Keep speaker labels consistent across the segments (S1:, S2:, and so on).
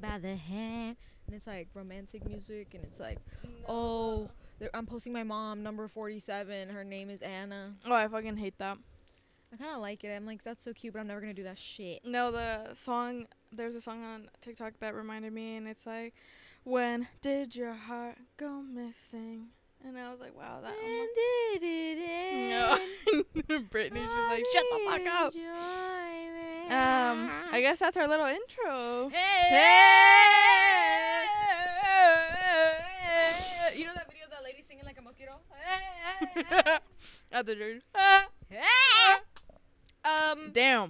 S1: rather have, and it's like romantic music, and it's like, oh, there- I'm posting my mom, number 47. Her name is Anna.
S2: Oh, I fucking hate that.
S1: I kind of like it. I'm like, that's so cute, but I'm never gonna do that shit.
S2: No, the song there's a song on TikTok that reminded me and it's like when did your heart go missing? And I was like, wow, that I'm
S1: did
S2: like,
S1: it end?
S2: no. Brittany just like shut the fuck up. Um, I guess that's our little intro.
S1: Hey! You know that video of that lady singing like a mosquito?
S2: At the dude.
S1: um,
S2: Damn.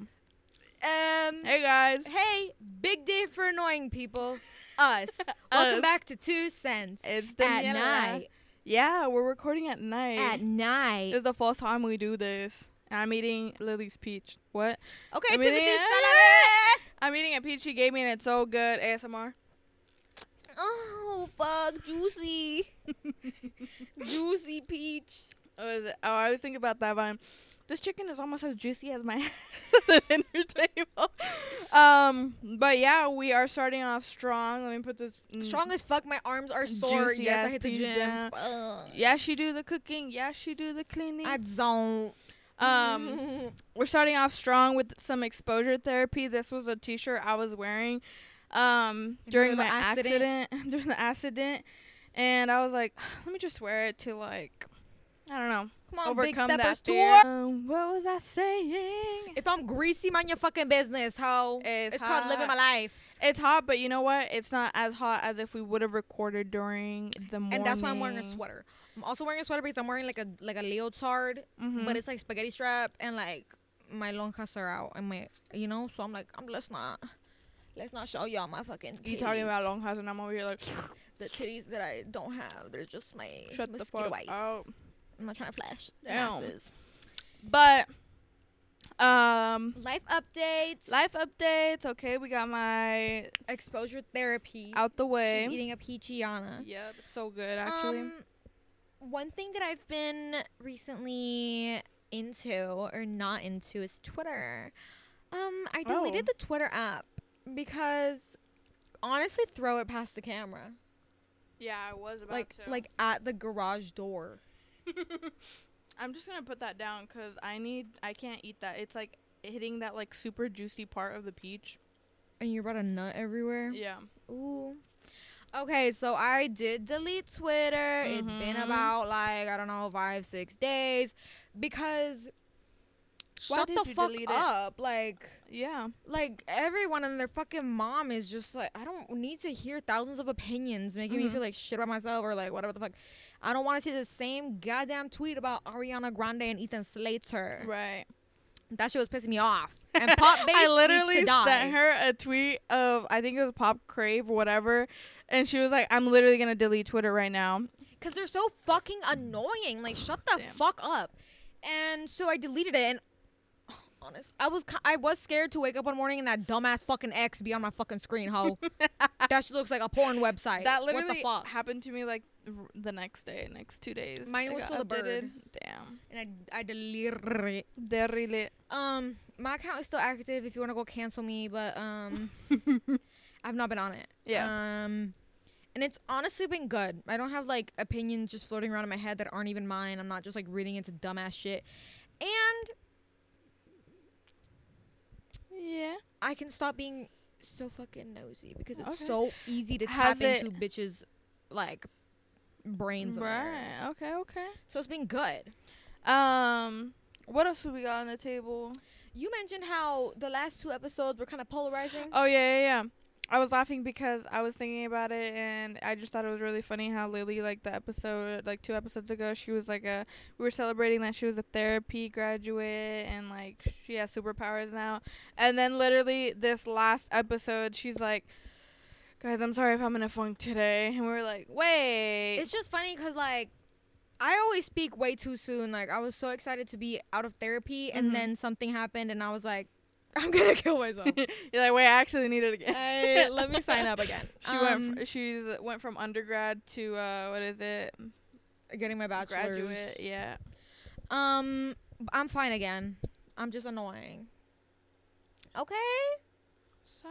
S1: um,
S2: Hey guys.
S1: hey, big day for annoying people. Us. Welcome
S2: Us.
S1: back to Two Cents.
S2: It's
S1: At
S2: Daniela.
S1: night.
S2: Yeah, we're recording at night.
S1: At night.
S2: It's the first time we do this. And I'm eating Lily's peach. What?
S1: Okay,
S2: I'm
S1: Timothy,
S2: eating-
S1: shut up.
S2: I'm eating a peach she gave me, and it's so good. ASMR.
S1: Oh, fuck. Juicy. Juicy peach.
S2: What is it? Oh, I always think about that vine. This chicken is almost as juicy as my ass at the dinner table. Um, but yeah, we are starting off strong. Let me put this mm,
S1: Strong as fuck. My arms are sore.
S2: Juicy
S1: yes, I
S2: ass
S1: hit the
S2: peach
S1: gym.
S2: down.
S1: Fuck.
S2: Yeah, she do the cooking. Yeah, she do the cleaning.
S1: I don't.
S2: um, we're starting off strong with some exposure therapy. This was a T-shirt I was wearing um, during
S1: the
S2: my
S1: accident.
S2: accident. during the accident, and I was like, let me just wear it to like, I don't know,
S1: come on,
S2: overcome
S1: big
S2: that
S1: steppers
S2: fear.
S1: tour.
S2: Um, what was I saying?
S1: If I'm greasy, mind your fucking business, ho.
S2: It's
S1: called living my
S2: hot.
S1: life,
S2: It's hot, but you know what? It's not as hot as if we would have recorded during the morning.
S1: and that's why I'm wearing a sweater. I'm also wearing a sweater because I'm wearing like a like a leotard,
S2: Mhm.
S1: but it's like spaghetti strap and like my lonjas are out and my you know. So I'm like, I'm let's not let's not show y'all my fucking.
S2: you talking
S1: titties.
S2: about Longhouse, and I'm over here like,
S1: the titties that I don't have? They're just my
S2: shut the
S1: mosquito
S2: fuck
S1: bites.
S2: out.
S1: I'm not trying to flash. the
S2: Damn.
S1: masses.
S2: But, um,
S1: Life updates.
S2: life updates. Okay, we got my
S1: exposure therapy.
S2: out the
S1: She's
S2: way.
S1: eating a peachiana.
S2: Yep, it's so good actually.
S1: Um, one thing that I've been recently into or not into is Twitter. Um, I deleted the Twitter app because honestly, throw it past the camera,
S2: yeah, I was about
S1: like
S2: to.
S1: like at the garage door.
S2: I'm just gonna put that down because I need. I can't eat that. It's like hitting that like super juicy part of the peach.
S1: And you brought a nut everywhere.
S2: Yeah.
S1: Ooh. Okay, so I did delete Twitter. It's been
S2: Mhm.
S1: about like I don't know five six days because
S2: Why
S1: shut
S2: did
S1: the
S2: you
S1: fuck
S2: delete it?
S1: up, like.
S2: Yeah.
S1: like everyone and their fucking mom is just like I don't need to hear thousands of opinions making me
S2: Mhm.
S1: feel like shit about myself or like whatever the fuck. I don't want to see the same goddamn tweet about Ariana Grande and Ethan Slater.
S2: Right.
S1: That shit was pissing me off. And Pop Bass
S2: I literally
S1: needs to die.
S2: sent her a tweet of I think it was Pop Crave or whatever, and she was like, "I'm literally gonna delete Twitter right now."
S1: because they're so fucking annoying. Like, shut the
S2: Damn.
S1: fuck up. And so I deleted it. And honest, I was ki- I was scared to wake up one morning and that dumbass fucking X be on my fucking screen, ho. that shit looks like a porn website.
S2: That
S1: What the
S2: literally
S1: fuck?
S2: happened to me like r- the next day, next two days.
S1: Mine
S2: I
S1: was
S2: got
S1: still the bird.
S2: Damn.
S1: and I, I deleted it.
S2: Derrile.
S1: Um, my account is still active if you want to go cancel me, but um, I've not been on it.
S2: Yeah.
S1: Um, and it's honestly been good. I don't have like opinions just floating around in my head that aren't even mine. I'm not just like reading into dumbass shit. And
S2: yeah.
S1: I can stop being so fucking nosy because it's
S2: Okay.
S1: so easy to
S2: Has
S1: tap
S2: it-
S1: into bitches like brains. on there.
S2: Right. Okay. Okay.
S1: So it's been good.
S2: Um. What else do we got on the table?
S1: You mentioned how the last two episodes were kind of polarizing.
S2: Oh yeah, yeah, yeah. I was laughing because I was thinking about it, and I just thought it was really funny how Lily, like the episode, like two episodes ago, she was like a. We were celebrating that she was a therapy graduate, and like she has superpowers now. And then literally this last episode, she's like, "Guys, I'm sorry if I'm in a funk today," and we were like, "Wait."
S1: It's just funny because like I always speak way too soon. Like I was so excited to be out of therapy, and
S2: Mhm.
S1: then something happened, and I was like, I'm gonna kill myself.
S2: You're like, "Wait, I actually need it again."
S1: I, let me sign up again. Um,
S2: She went. Fr- she's went from undergrad to uh, what is it?
S1: Um, getting my bachelor's.
S2: Graduate. Yeah.
S1: Um, I'm fine again. I'm just annoying. Okay.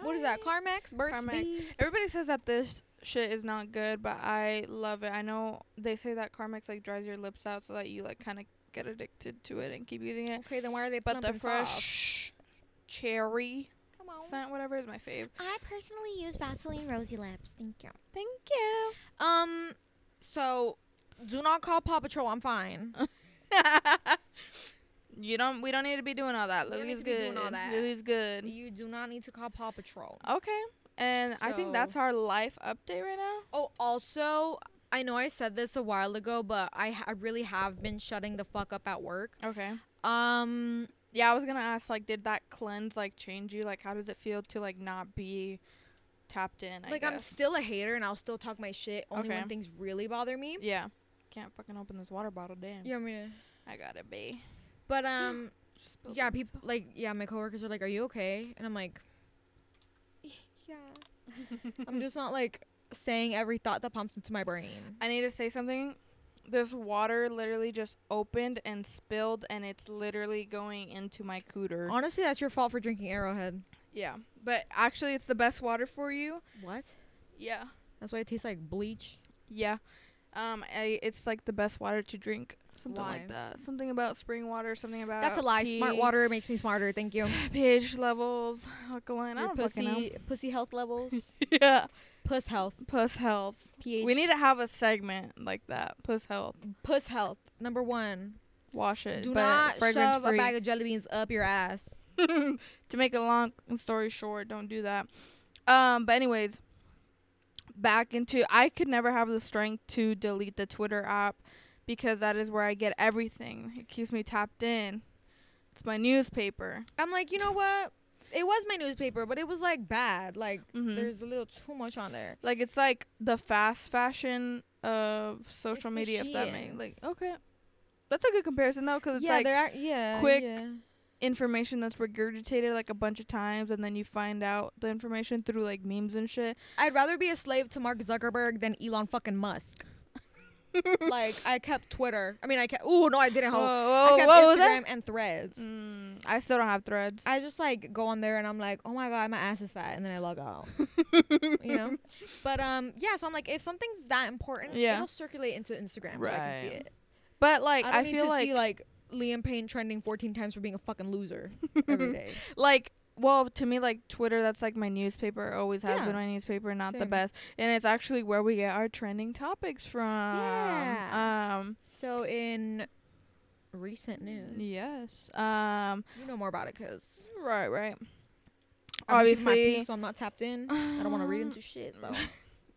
S1: What is that?
S2: Sorry.
S1: Carmex, Burt's
S2: Carmex.
S1: Bees.
S2: Everybody says that this shit is not good, but I love it. I know they say that Carmex like dries your lips out so that you like kind of get addicted to it and keep using it.
S1: Okay, then why are they
S2: But the
S1: pumping sauce?
S2: fresh cherry
S1: Come on.
S2: scent, whatever, is my fave.
S1: I personally use Vaseline Rosy Lips. Thank you.
S2: Thank you.
S1: Um, so do not call Paw Patrol. I'm fine.
S2: you don't. We don't need to be doing all that.
S1: We don't need
S2: Lily's
S1: to be
S2: good.
S1: doing all that.
S2: Lily's good.
S1: you do not need to call Paw Patrol.
S2: Okay. And I think
S1: So-
S2: that's our life update right now.
S1: Oh, also, I know I said this a while ago, but I, ha- I really have been shutting the fuck up at work.
S2: Okay.
S1: Um,
S2: Yeah, I was gonna ask like, did that cleanse like change you? Like, how does it feel to like not be tapped in? I
S1: like I'm
S2: guess?
S1: still a hater and I'll still talk my shit only
S2: Okay.
S1: when things really bother me.
S2: Yeah. Can't fucking open this water bottle, damn.
S1: You know what I mean?
S2: I gotta be.
S1: But um,
S2: Just spilled
S1: yeah,
S2: it.
S1: people like yeah, my coworkers are like, "Are you okay?" And I'm like, "Yeah." I'm just not like saying every thought that pumps into my brain.
S2: I need to say something. This water literally just opened and spilled, and it's literally going into my cooter.
S1: Honestly, that's your fault for drinking Arrowhead.
S2: Yeah, but actually, it's the best water for you.
S1: What?
S2: Yeah.
S1: That's why it tastes like bleach.
S2: Yeah. Um, I, it's like the best water to drink. Something
S1: Why?
S2: like that. Something about spring water. Something about
S1: That's a lie. Smart
S2: pH
S1: water makes me smarter. Thank you.
S2: pH levels, alkaline. I
S1: Your
S2: don't fucking um, know.
S1: pussy, pussy health levels.
S2: yeah.
S1: Puss health.
S2: Puss health.
S1: pH.
S2: We need to have a segment like that. Puss health.
S1: puss health. Number one.
S2: Wash it.
S1: Do
S2: Uh, but
S1: not
S2: fragrance
S1: shove a
S2: free.
S1: bag of jelly beans up your ass.
S2: to make a long story short, don't do that. Um, but anyways, back into I could never have the strength to delete the Twitter app because that is where I get everything. It keeps me tapped in. It's my newspaper.
S1: I'm like, you know what? It was my newspaper, but it was like bad. Like
S2: Mhm.
S1: there's a little too much on there.
S2: Like it's like the fast fashion of social
S1: the
S2: media. If that makes
S1: Shein.
S2: like okay, that's a good comparison though because it's
S1: yeah,
S2: like
S1: there are. Yeah,
S2: quick-
S1: yeah.
S2: information that's regurgitated like a bunch of times and then you find out the information through like memes and shit.
S1: I'd rather be a slave to Mark Zuckerberg than Elon fucking Musk. like I kept Twitter. I mean, I kept. Oh no, I didn't. Ho- I kept
S2: what was
S1: Instagram
S2: that?
S1: and Threads.
S2: Mm, I still don't have threads.
S1: I just like go on there and I'm like, oh my god, my ass is fat, and then I log out. you know, but um, yeah. So I'm like, if something's that important,
S2: Yeah.
S1: it'll circulate into Instagram so I can see
S2: Right.
S1: it.
S2: but like
S1: I,
S2: I,
S1: don't need
S2: feel
S1: to
S2: like,
S1: see
S2: like
S1: like Liam Payne trending 14 times for being a fucking loser every day.
S2: well to me like Twitter that's like my newspaper always has
S1: Yeah.
S2: been my newspaper not the
S1: Same.
S2: best and it's actually where we get our trending topics from.
S1: Yeah.
S2: Um
S1: so in recent news,
S2: yes. Um
S1: you know more about it because
S2: right right.
S1: my
S2: Obviously
S1: piece, so I'm not tapped in. I don't want to read into shit. So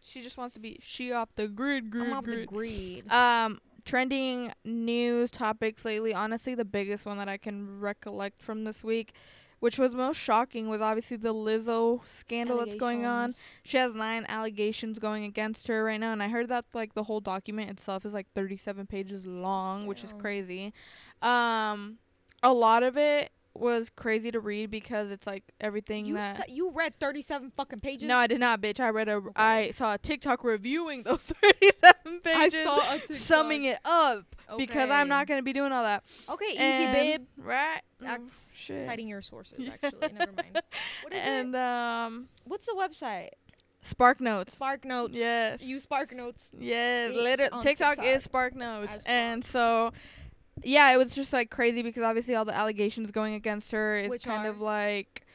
S2: she just wants to be she off the grid grid
S1: I'm off
S2: grid.
S1: the grid.
S2: um trending news topics lately honestly the biggest one that i can recollect from this week which was most shocking was obviously the lizzo scandal that's going on she has nine allegations going against her right now and i heard that like the whole document itself is like 37 pages long which is
S1: Damn.
S2: crazy um a lot of it was crazy to read because it's like everything
S1: You
S2: that
S1: sa- you read 37 fucking pages.
S2: no, I did not, bitch. I read a. I
S1: Okay.
S2: saw a TikTok reviewing those thirty-seven
S1: I
S2: pages,
S1: saw a TikTok.
S2: summing it up because I'm
S1: Okay.
S2: not gonna be doing all that.
S1: Okay, easy,
S2: And-
S1: babe. Mm.
S2: Right?
S1: That's
S2: Mm, shit.
S1: citing your sources.
S2: Yeah.
S1: Actually, never mind. What is
S2: and
S1: it?
S2: um,
S1: What's the website?
S2: Spark Notes.
S1: Spark Notes.
S2: Yes.
S1: You Spark Notes.
S2: Yes,
S1: It's
S2: later
S1: on
S2: TikTok,
S1: TikTok
S2: is Spark Notes,
S1: as
S2: and so yeah, it was just like crazy because obviously all the allegations going against her is
S1: Which
S2: kind
S1: are?
S2: of like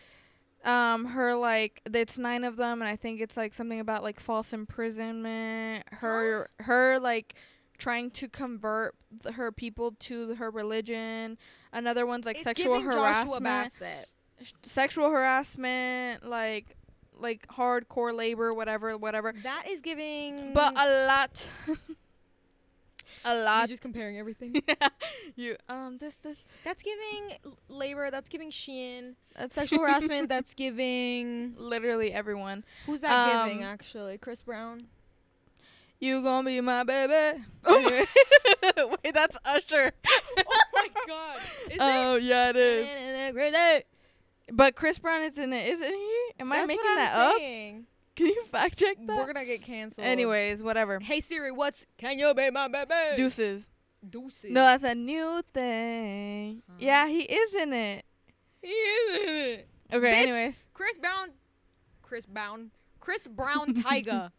S2: um her like it's nine of them, and I think it's like something about like false imprisonment, her her like trying to convert th- her people to her religion. Another one's like
S1: It's
S2: sexual
S1: giving Joshua
S2: harassment,
S1: Bassett.
S2: sh- sexual harassment, like like hardcore labor, whatever, whatever
S1: That is giving.
S2: but a lot a
S1: you're
S2: lot
S1: just comparing everything.
S2: you um this this
S1: that's giving l- labor. That's giving Shein.
S2: that's
S1: Sexual harassment. That's giving.
S2: literally everyone
S1: Who's that
S2: Um,
S1: giving? Actually, Chris Brown.
S2: you gonna be my baby Anyway. wait that's usher
S1: oh my God. Is
S2: oh yeah it
S1: it?
S2: is but chris brown is in it isn't he am i
S1: That's
S2: making
S1: what I'm
S2: that
S1: saying.
S2: up can you fact check that
S1: We're gonna get canceled.
S2: anyways whatever
S1: Hey Siri, what's can you be my baby?
S2: deuces
S1: Deuces.
S2: no that's a new thing
S1: Huh?
S2: yeah he is in it
S1: he is
S2: okay
S1: Bitch.
S2: anyways
S1: Chris Brown Chris Brown, Chris Brown Tiger,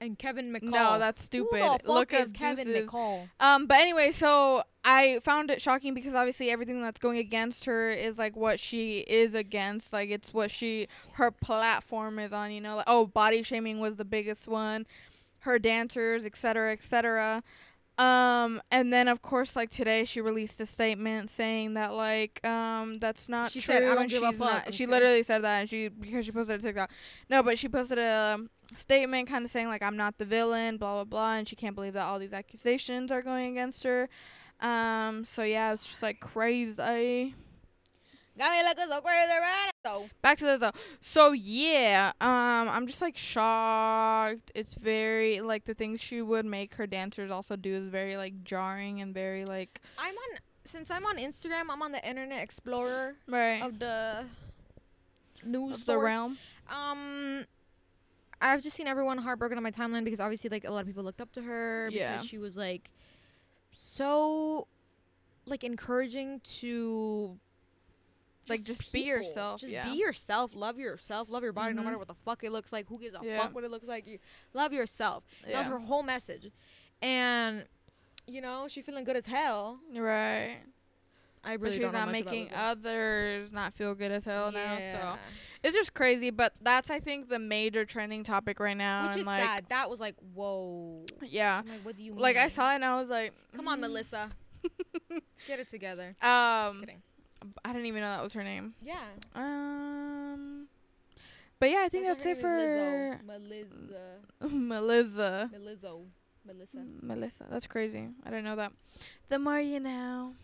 S1: and Kevin McCall.
S2: No, that's
S1: Who
S2: stupid.
S1: the fuck
S2: Look
S1: is
S2: up
S1: Kevin
S2: deuces.
S1: McCall?
S2: Um, but anyway, so I found it shocking because obviously everything that's going against her is like what she is against. Like it's what she her platform is on. You know, like oh, body shaming was the biggest one. Her dancers, etc., etc. Um, and then of course, like today, she released a statement saying that like um that's not
S1: She
S2: true.
S1: said, "I don't
S2: and
S1: give a
S2: she's
S1: fuck."
S2: not-
S1: I'm
S2: she
S1: kidding.
S2: literally said that. And she because she posted a TikTok. No, but she posted a um, statement kind of saying like I'm not the villain, blah blah blah, and she can't believe that all these accusations are going against her. Um, so yeah, it's just like crazy.
S1: Got me looking so crazy right now.
S2: Back to this though. So yeah, um, I'm just like shocked. It's very like the things she would make her dancers also do is very like jarring and very like
S1: I'm on since I'm on Instagram. I'm on the Internet Explorer
S2: right
S1: of the news
S2: of the
S1: source.
S2: realm.
S1: Um, I've just seen everyone heartbroken on my timeline because obviously, like, a lot of people looked up to her
S2: Yeah.
S1: because she was like so, like, encouraging to.
S2: Like, just be
S1: people.
S2: yourself,
S1: Just
S2: yeah.
S1: be yourself. Love yourself. Love your body,
S2: Mhm.
S1: no matter what the fuck it looks like. Who gives a
S2: Yeah.
S1: fuck what it looks like? You love yourself. That was
S2: Yeah.
S1: her whole message, and you know she feeling good as hell.
S2: Right.
S1: I
S2: But
S1: really
S2: she's
S1: don't know
S2: not
S1: much about
S2: making
S1: Lizzo.
S2: others not feel good as hell now, so
S1: Yeah.
S2: it's just crazy, but that's I think the major trending topic right now.
S1: which
S2: and,
S1: is
S2: like,
S1: sad. That was like, whoa.
S2: Yeah.
S1: I'm like, what do you mean?
S2: Like I saw it and I was like,
S1: Come on,
S2: mm.
S1: Melissa. Get it together. Just
S2: Um,
S1: kidding.
S2: I didn't even know that was her name.
S1: Yeah.
S2: Um, but yeah, I think that's it for
S1: Melissa.
S2: Melissa.
S1: Melizzo. Melissa.
S2: Melissa, that's crazy. I didn't know that. The more you know.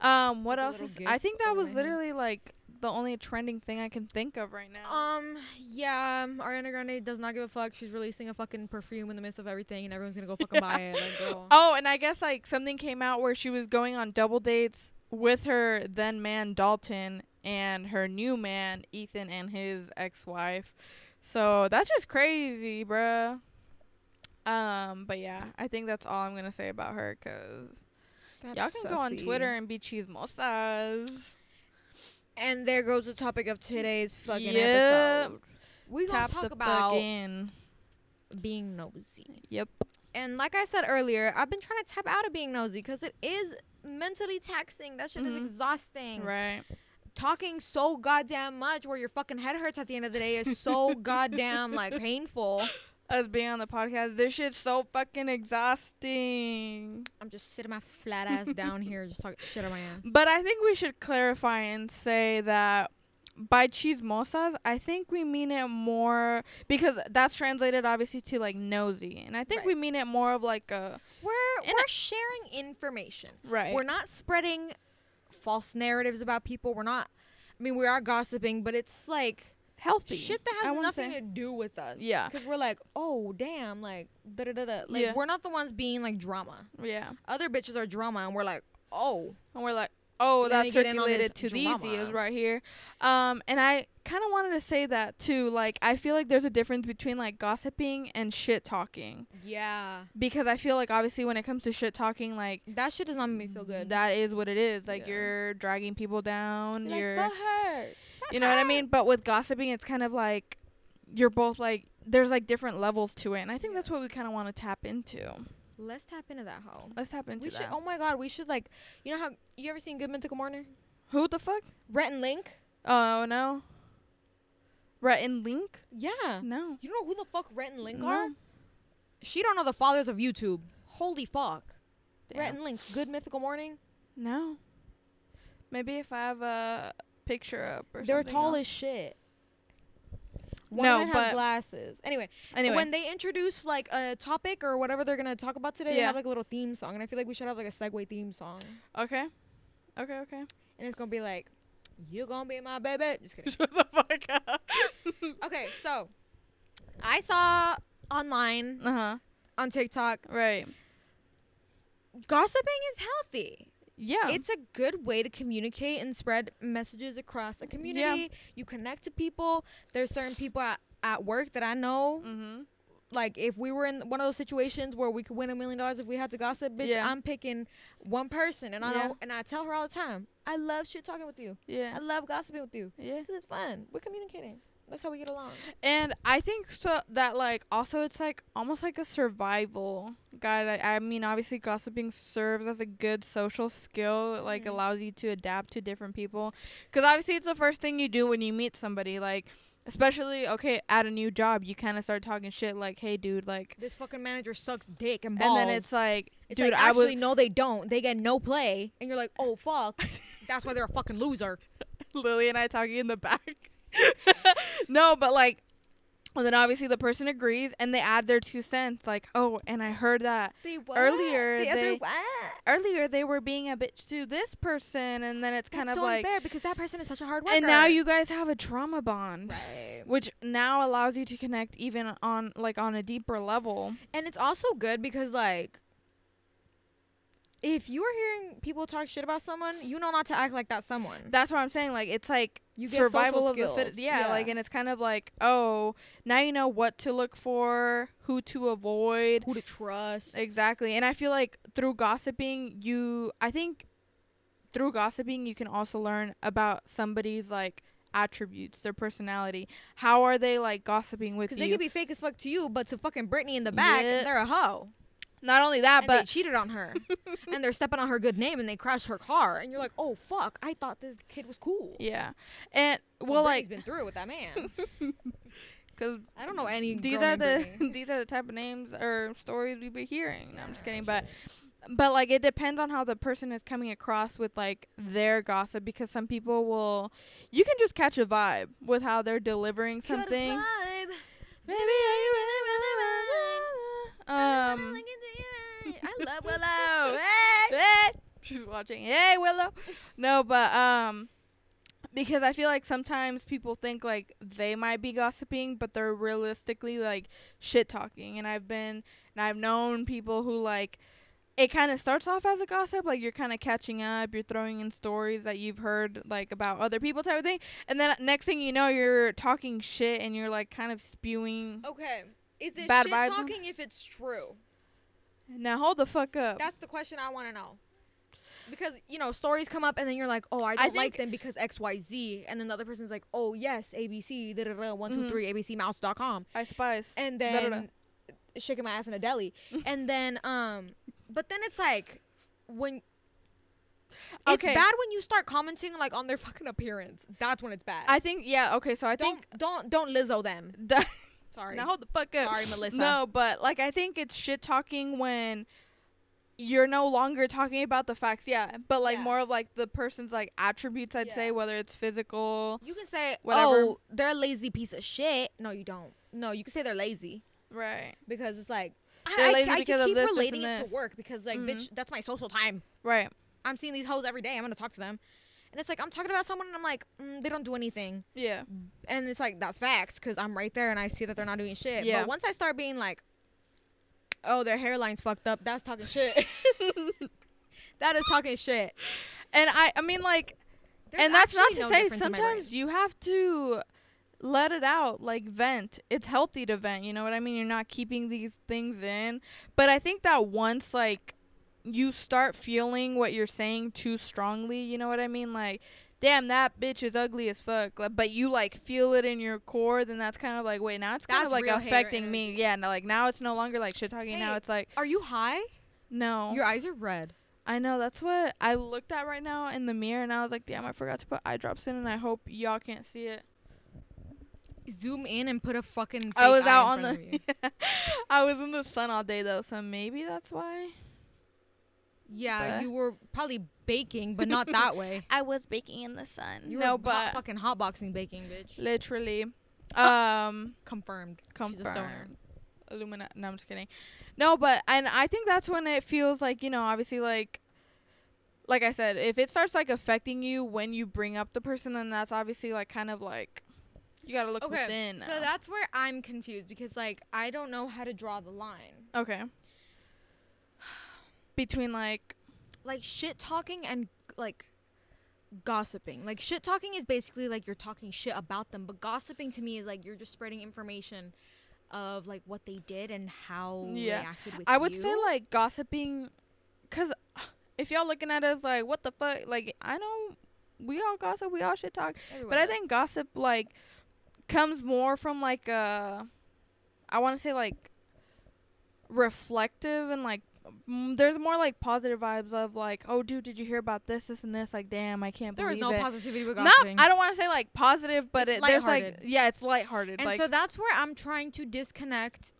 S2: Um, what
S1: Like a
S2: else?
S1: little
S2: Is, I
S1: gif
S2: think that
S1: over
S2: was
S1: my head.
S2: literally like the only trending thing I can think of right now.
S1: Um, yeah, um, Ariana Grande does not give a fuck. She's releasing a fucking perfume in the midst of everything and everyone's gonna go fucking buy it. Like, girl.
S2: Oh, and I guess like something came out where she was going on double dates with her then man Dalton and her new man Ethan and his ex-wife. So that's just crazy, bruh. Um, but yeah, I think that's all I'm gonna say about her because y'all can go on Twitter and be chismosas.
S1: And there goes the topic of today's fucking
S2: Yep.
S1: episode. We gonna
S2: Tap
S1: talk
S2: the
S1: about
S2: fucking
S1: being nosy.
S2: yep.
S1: And like I said earlier, I've been trying to tap out of being nosy because it is mentally taxing. That shit
S2: Mhm.
S1: is exhausting.
S2: Right.
S1: talking so goddamn much where your fucking head hurts at the end of the day is so goddamn like painful.
S2: Us being on the podcast, this shit's so fucking exhausting.
S1: I'm just sitting my flat ass down here, just talking shit on my ass.
S2: But I think we should clarify and say that by chismosas, I think we mean it more because that's translated obviously to like nosy, and I think
S1: Right.
S2: we mean it more of like a
S1: We're
S2: And
S1: we're sharing information.
S2: right.
S1: We're not spreading false narratives about people. We're not. I mean, we are gossiping, but it's like
S2: healthy
S1: shit that
S2: I
S1: has
S2: wouldn't
S1: nothing to
S2: say-
S1: do with us.
S2: Yeah.
S1: because we're like, oh damn, like da da da da. Like
S2: Yeah.
S1: we're not the ones being like drama.
S2: Yeah,
S1: Other bitches are drama, and we're like, oh,
S2: and we're like, oh,
S1: We're gonna
S2: that's
S1: get in on
S2: circulated to
S1: this
S2: these
S1: drama.
S2: ears right here. Um, and I kind of wanted to say that too. Like, I feel like there's a difference between like gossiping and shit talking
S1: yeah,
S2: because I feel like obviously when it comes to shit talking, like
S1: that shit does not make me feel good.
S2: That is what it is. Like
S1: Mm-hmm. Yeah.
S2: you're dragging people down.
S1: Like,
S2: you're,
S1: fuck her.
S2: you know what I mean. But with gossiping, it's kind of like you're both like there's like different levels to it, and I think that's what we kind of want to tap into.
S1: Let's tap into that hoe.
S2: Let's tap into
S1: We should.
S2: that.
S1: Oh my god, we should like. You know how you ever seen Good Mythical Morning?
S2: Who the fuck?
S1: Rhett and Link.
S2: Oh no. Rhett and Link?
S1: Yeah.
S2: No.
S1: You know who the fuck Rhett and Uh, Link
S2: No.
S1: are? She don't know the fathers of YouTube. Holy fuck. Rhett
S2: Damn.
S1: and Link. Good Mythical Morning.
S2: No. Maybe if I have a picture up or
S1: They're
S2: something,
S1: tall
S2: I'll-
S1: as shit. One
S2: No,
S1: of them
S2: but-
S1: has glasses. Anyway,
S2: Anyway,
S1: when they introduce like a topic or whatever they're gonna talk about today, they
S2: Yeah.
S1: have like a little theme song, and I feel like we should have like a segue theme song,
S2: okay. Okay, okay.
S1: and it's gonna be like, "You gonna be my baby." Just kidding.
S2: Shut the fuck up.
S1: okay, so I saw online
S2: Uh-huh.
S1: on TikTok.
S2: Right.
S1: Gossiping is healthy.
S2: Yeah.
S1: It's a good way to communicate and spread messages across a community. You connect to people. There's certain people at, at work that I know.
S2: mm-hmm.
S1: Like if we were in one of those situations where we could win a million dollars if we had to gossip, bitch,
S2: Yeah.
S1: I'm picking one person and I
S2: Yeah.
S1: know, and I tell her all the time, I love shit talking with you.
S2: Yeah.
S1: I love gossiping with you.
S2: Yeah.
S1: Cause it's fun. We're communicating. That's how we get along.
S2: And I think so that like also it's like almost like a survival guide. I, I mean, obviously gossiping serves as a good social skill. It, like
S1: Mhm.
S2: allows you to adapt to different people, because obviously it's the first thing you do when you meet somebody. Like especially okay at a new job, you kind of start talking shit like, "Hey, dude," like,
S1: This fucking manager sucks dick and
S2: and then it's like,
S1: It's
S2: "Dude,
S1: like,
S2: I
S1: actually,
S2: was
S1: no, they don't. They get no play, and you're like, oh fuck, that's why they're a fucking loser.
S2: Lily and I talking in the back." no, but like. And then obviously the person agrees and they add their two cents like, "Oh, and I heard that
S1: They what?
S2: Earlier,
S1: the other
S2: they-
S1: what?
S2: earlier they were being a bitch to this person and then it's kind
S1: That's
S2: of
S1: so
S2: like
S1: unfair because that person is such a hard worker.
S2: and now you guys have a trauma bond
S1: Right.
S2: which now allows you to connect even on like on a deeper level
S1: And it's also good because like if you are hearing people talk shit about someone, you know not to act like that someone.
S2: that's what i'm saying like it's like
S1: You get
S2: survival
S1: social
S2: of the
S1: skills.
S2: fittest yeah,
S1: Yeah.
S2: like and it's kind of like oh now you know what to look for who to avoid
S1: Who to trust.
S2: exactly and i feel like through gossiping you i think through gossiping you can also learn about somebody's like attributes their personality how are they like gossiping with you
S1: Because they could be fake as fuck to you, but to fucking Brittany in the back,
S2: Yeah.
S1: they're a hoe.
S2: Not only that,
S1: And they
S2: but
S1: cheated on her. and they're stepping on her good name and they crash her car. And you're like, oh, fuck, I thought this kid was cool.
S2: yeah, and
S1: Brittany's
S2: well, like
S1: been through it with that man.
S2: because
S1: I don't know any.
S2: these
S1: girl
S2: are
S1: named
S2: the
S1: Brittany.
S2: these are the type of names or stories we be hearing. No, I'm just kidding, but but like it depends on how the person is coming across with like their gossip because some people will you can just catch a vibe with how they're delivering something. Baby, are you really, really wrong? Um,
S1: I love Willow.
S2: Hey! She's watching. Hey, Willow. No, but um because I feel like sometimes people think like they might be gossiping, but they're realistically like shit talking. And I've been and I've known people who like it kind of starts off as a gossip, like you're kind of catching up, you're throwing in stories that you've heard like about other people type of thing. And then next thing you know, you're talking shit and you're like kind of spewing.
S1: Okay. Is it
S2: Bad
S1: shit
S2: vibes.
S1: talking if it's true?
S2: Now hold the fuck up.
S1: That's the question I want to know. Because, you know, stories come up and then you're like, oh, I don't like them
S2: think-
S1: because XYZ. And then the other person's like, oh, yes, ABC, da da da, one, two,
S2: Mhm.
S1: three, abcmouse.com.
S2: I spice.
S1: and
S2: Da, da, da.
S1: then shaking my ass in a deli and then um but then it's like when it's
S2: Okay.
S1: bad when you start commenting like on their fucking appearance that's when it's bad
S2: I think yeah. Okay, so I
S1: don't don't don't lizzo them
S2: think.
S1: sorry
S2: Now hold the fuck up.
S1: Sorry, Melissa.
S2: No, but like I think it's shit talking when you're no longer talking about the facts. Yeah, but like
S1: Yeah.
S2: more of like the person's like attributes. I'd say
S1: Yeah.
S2: whether it's physical,
S1: you can say
S2: Whatever.
S1: oh they're a lazy piece of shit no you don't no you can say they're lazy
S2: right,
S1: because it's like I-
S2: They're
S1: I,
S2: lazy
S1: I,
S2: because
S1: can
S2: of
S1: keep
S2: this, this,
S1: relating
S2: and
S1: it
S2: this.
S1: to work because like
S2: Mhm.
S1: bitch that's my social time
S2: right,
S1: i'm seeing these hoes every day i'm gonna talk to them and it's like i'm talking about someone and i'm like mm, they don't do anything
S2: yeah,
S1: and it's like that's facts because I'm right there and I see that they're not doing shit.
S2: Yeah.
S1: But once I start being like, oh, their hairline's fucked up, that's talking shit. that is talking shit.
S2: and I I mean like
S1: There's
S2: and that's not
S1: actually
S2: to
S1: no
S2: say
S1: difference in my brain.
S2: sometimes you have to let it out like vent it's healthy to vent you know what i mean you're not keeping these things in but i think that once like you start feeling what you're saying too strongly you know what i mean like damn that bitch is ugly as fuck like, but you like feel it in your core then that's kind of like wait now it's kind
S1: That's
S2: of like
S1: real hater
S2: affecting me
S1: energy.
S2: yeah no, like now it's no longer like shit talking now
S1: Hey,
S2: it's like
S1: Are you high?
S2: no
S1: Your eyes are red.
S2: I know that's what I looked at right now in the mirror, and I was like, "Damn, I forgot to put eye drops in," and I hope y'all can't see it.
S1: Zoom in and put a fucking. Fake
S2: I was
S1: eye
S2: out
S1: in
S2: on
S1: front of you.
S2: the, I was in the sun all day though, so maybe that's why.
S1: yeah,
S2: But-
S1: you were probably baking, but not that way.
S2: I was baking in the sun.
S1: You
S2: no,
S1: were
S2: but
S1: hot, fucking hotboxing baking, bitch.
S2: literally, um,
S1: Confirmed. Ah! She's a stoner.
S2: confirmed. Illumina- No, I'm just kidding. No, but and I think that's when it feels like you know, obviously, like, like I said, if it starts like affecting you when you bring up the person, then that's obviously like kind of like you gotta look
S1: Okay,
S2: within.
S1: so
S2: now.
S1: that's where I'm confused because like I don't know how to draw the line.
S2: Okay. Between like
S1: like shit talking and like gossiping. Like shit talking is basically like you're talking shit about them, but gossiping to me is like you're just spreading information of like what they did and how
S2: Yeah.
S1: they acted with
S2: I would
S1: you.
S2: say like gossiping cuz if y'all looking at us like what the fuck like I know we all gossip, we all shit talk,
S1: Everyone
S2: but I
S1: does.
S2: think gossip like comes more from like uh I want to say like reflective and like m- there's more like positive vibes of like oh dude did you hear about this this and this like damn I can't
S1: There is
S2: believe
S1: no
S2: it.
S1: positivity with
S2: no,
S1: gossiping.
S2: I don't want to say like positive, but
S1: It's
S2: it, there's like
S1: lighthearted.
S2: yeah, it's lighthearted.
S1: and
S2: like,
S1: so that's where I'm trying to disconnect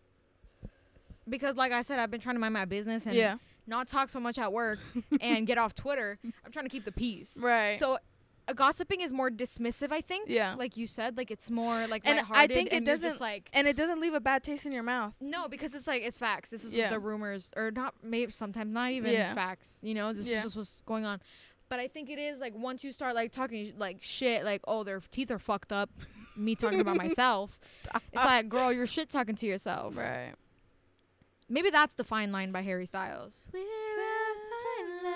S1: because, like I said, I've been trying to mind my business and
S2: yeah,
S1: not talk so much at work and get off Twitter. I'm trying to keep the peace.
S2: right.
S1: So uh, gossiping is more dismissive, I think.
S2: yeah,
S1: Like you said, like it's more like
S2: And I
S1: lighthearted
S2: think it
S1: and you're just
S2: doesn't-
S1: like
S2: and it doesn't leave a bad taste in your mouth.
S1: No, because it's like it's facts. This is
S2: Yeah.
S1: the rumors, or not maybe sometimes not even
S2: Yeah.
S1: facts. You know, this
S2: Yeah.
S1: is just what's going on. But I think it is like once you start like talking like shit, like oh their teeth are fucked up. Me talking about myself. It's like girl, you're shit talking to yourself.
S2: Right.
S1: Maybe that's the fine line by Harry Styles. We're at the fine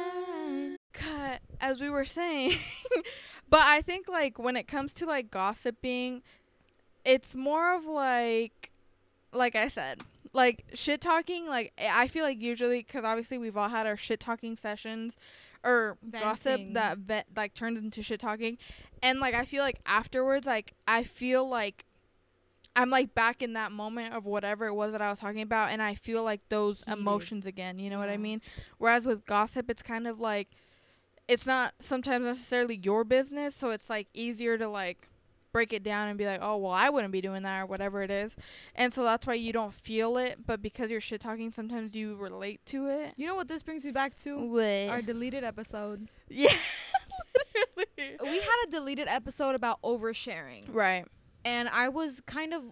S1: line.
S2: cut as we were saying but i think like when it comes to like gossiping it's more of like like i said like shit talking like eh, i I feel like usually because obviously we've all had our shit talking sessions or gossip
S1: Venting.
S2: that vet, like turns into shit talking and like i feel like afterwards like i feel like i'm like back in that moment of whatever it was that i was talking about and i feel like those
S1: Heated.
S2: emotions again you know what i
S1: Yeah.
S2: mean whereas with gossip it's kind of like it's not sometimes necessarily your business, so it's like easier to like break it down and be like, oh well, I wouldn't be doing that or whatever it is, and so that's why you don't feel it, but because you're shit talking, sometimes you relate to it.
S1: You know what this brings me back to? Our deleted episode.
S2: yeah,
S1: We
S2: literally.
S1: had a deleted episode about oversharing,
S2: Right.
S1: and I was kind of,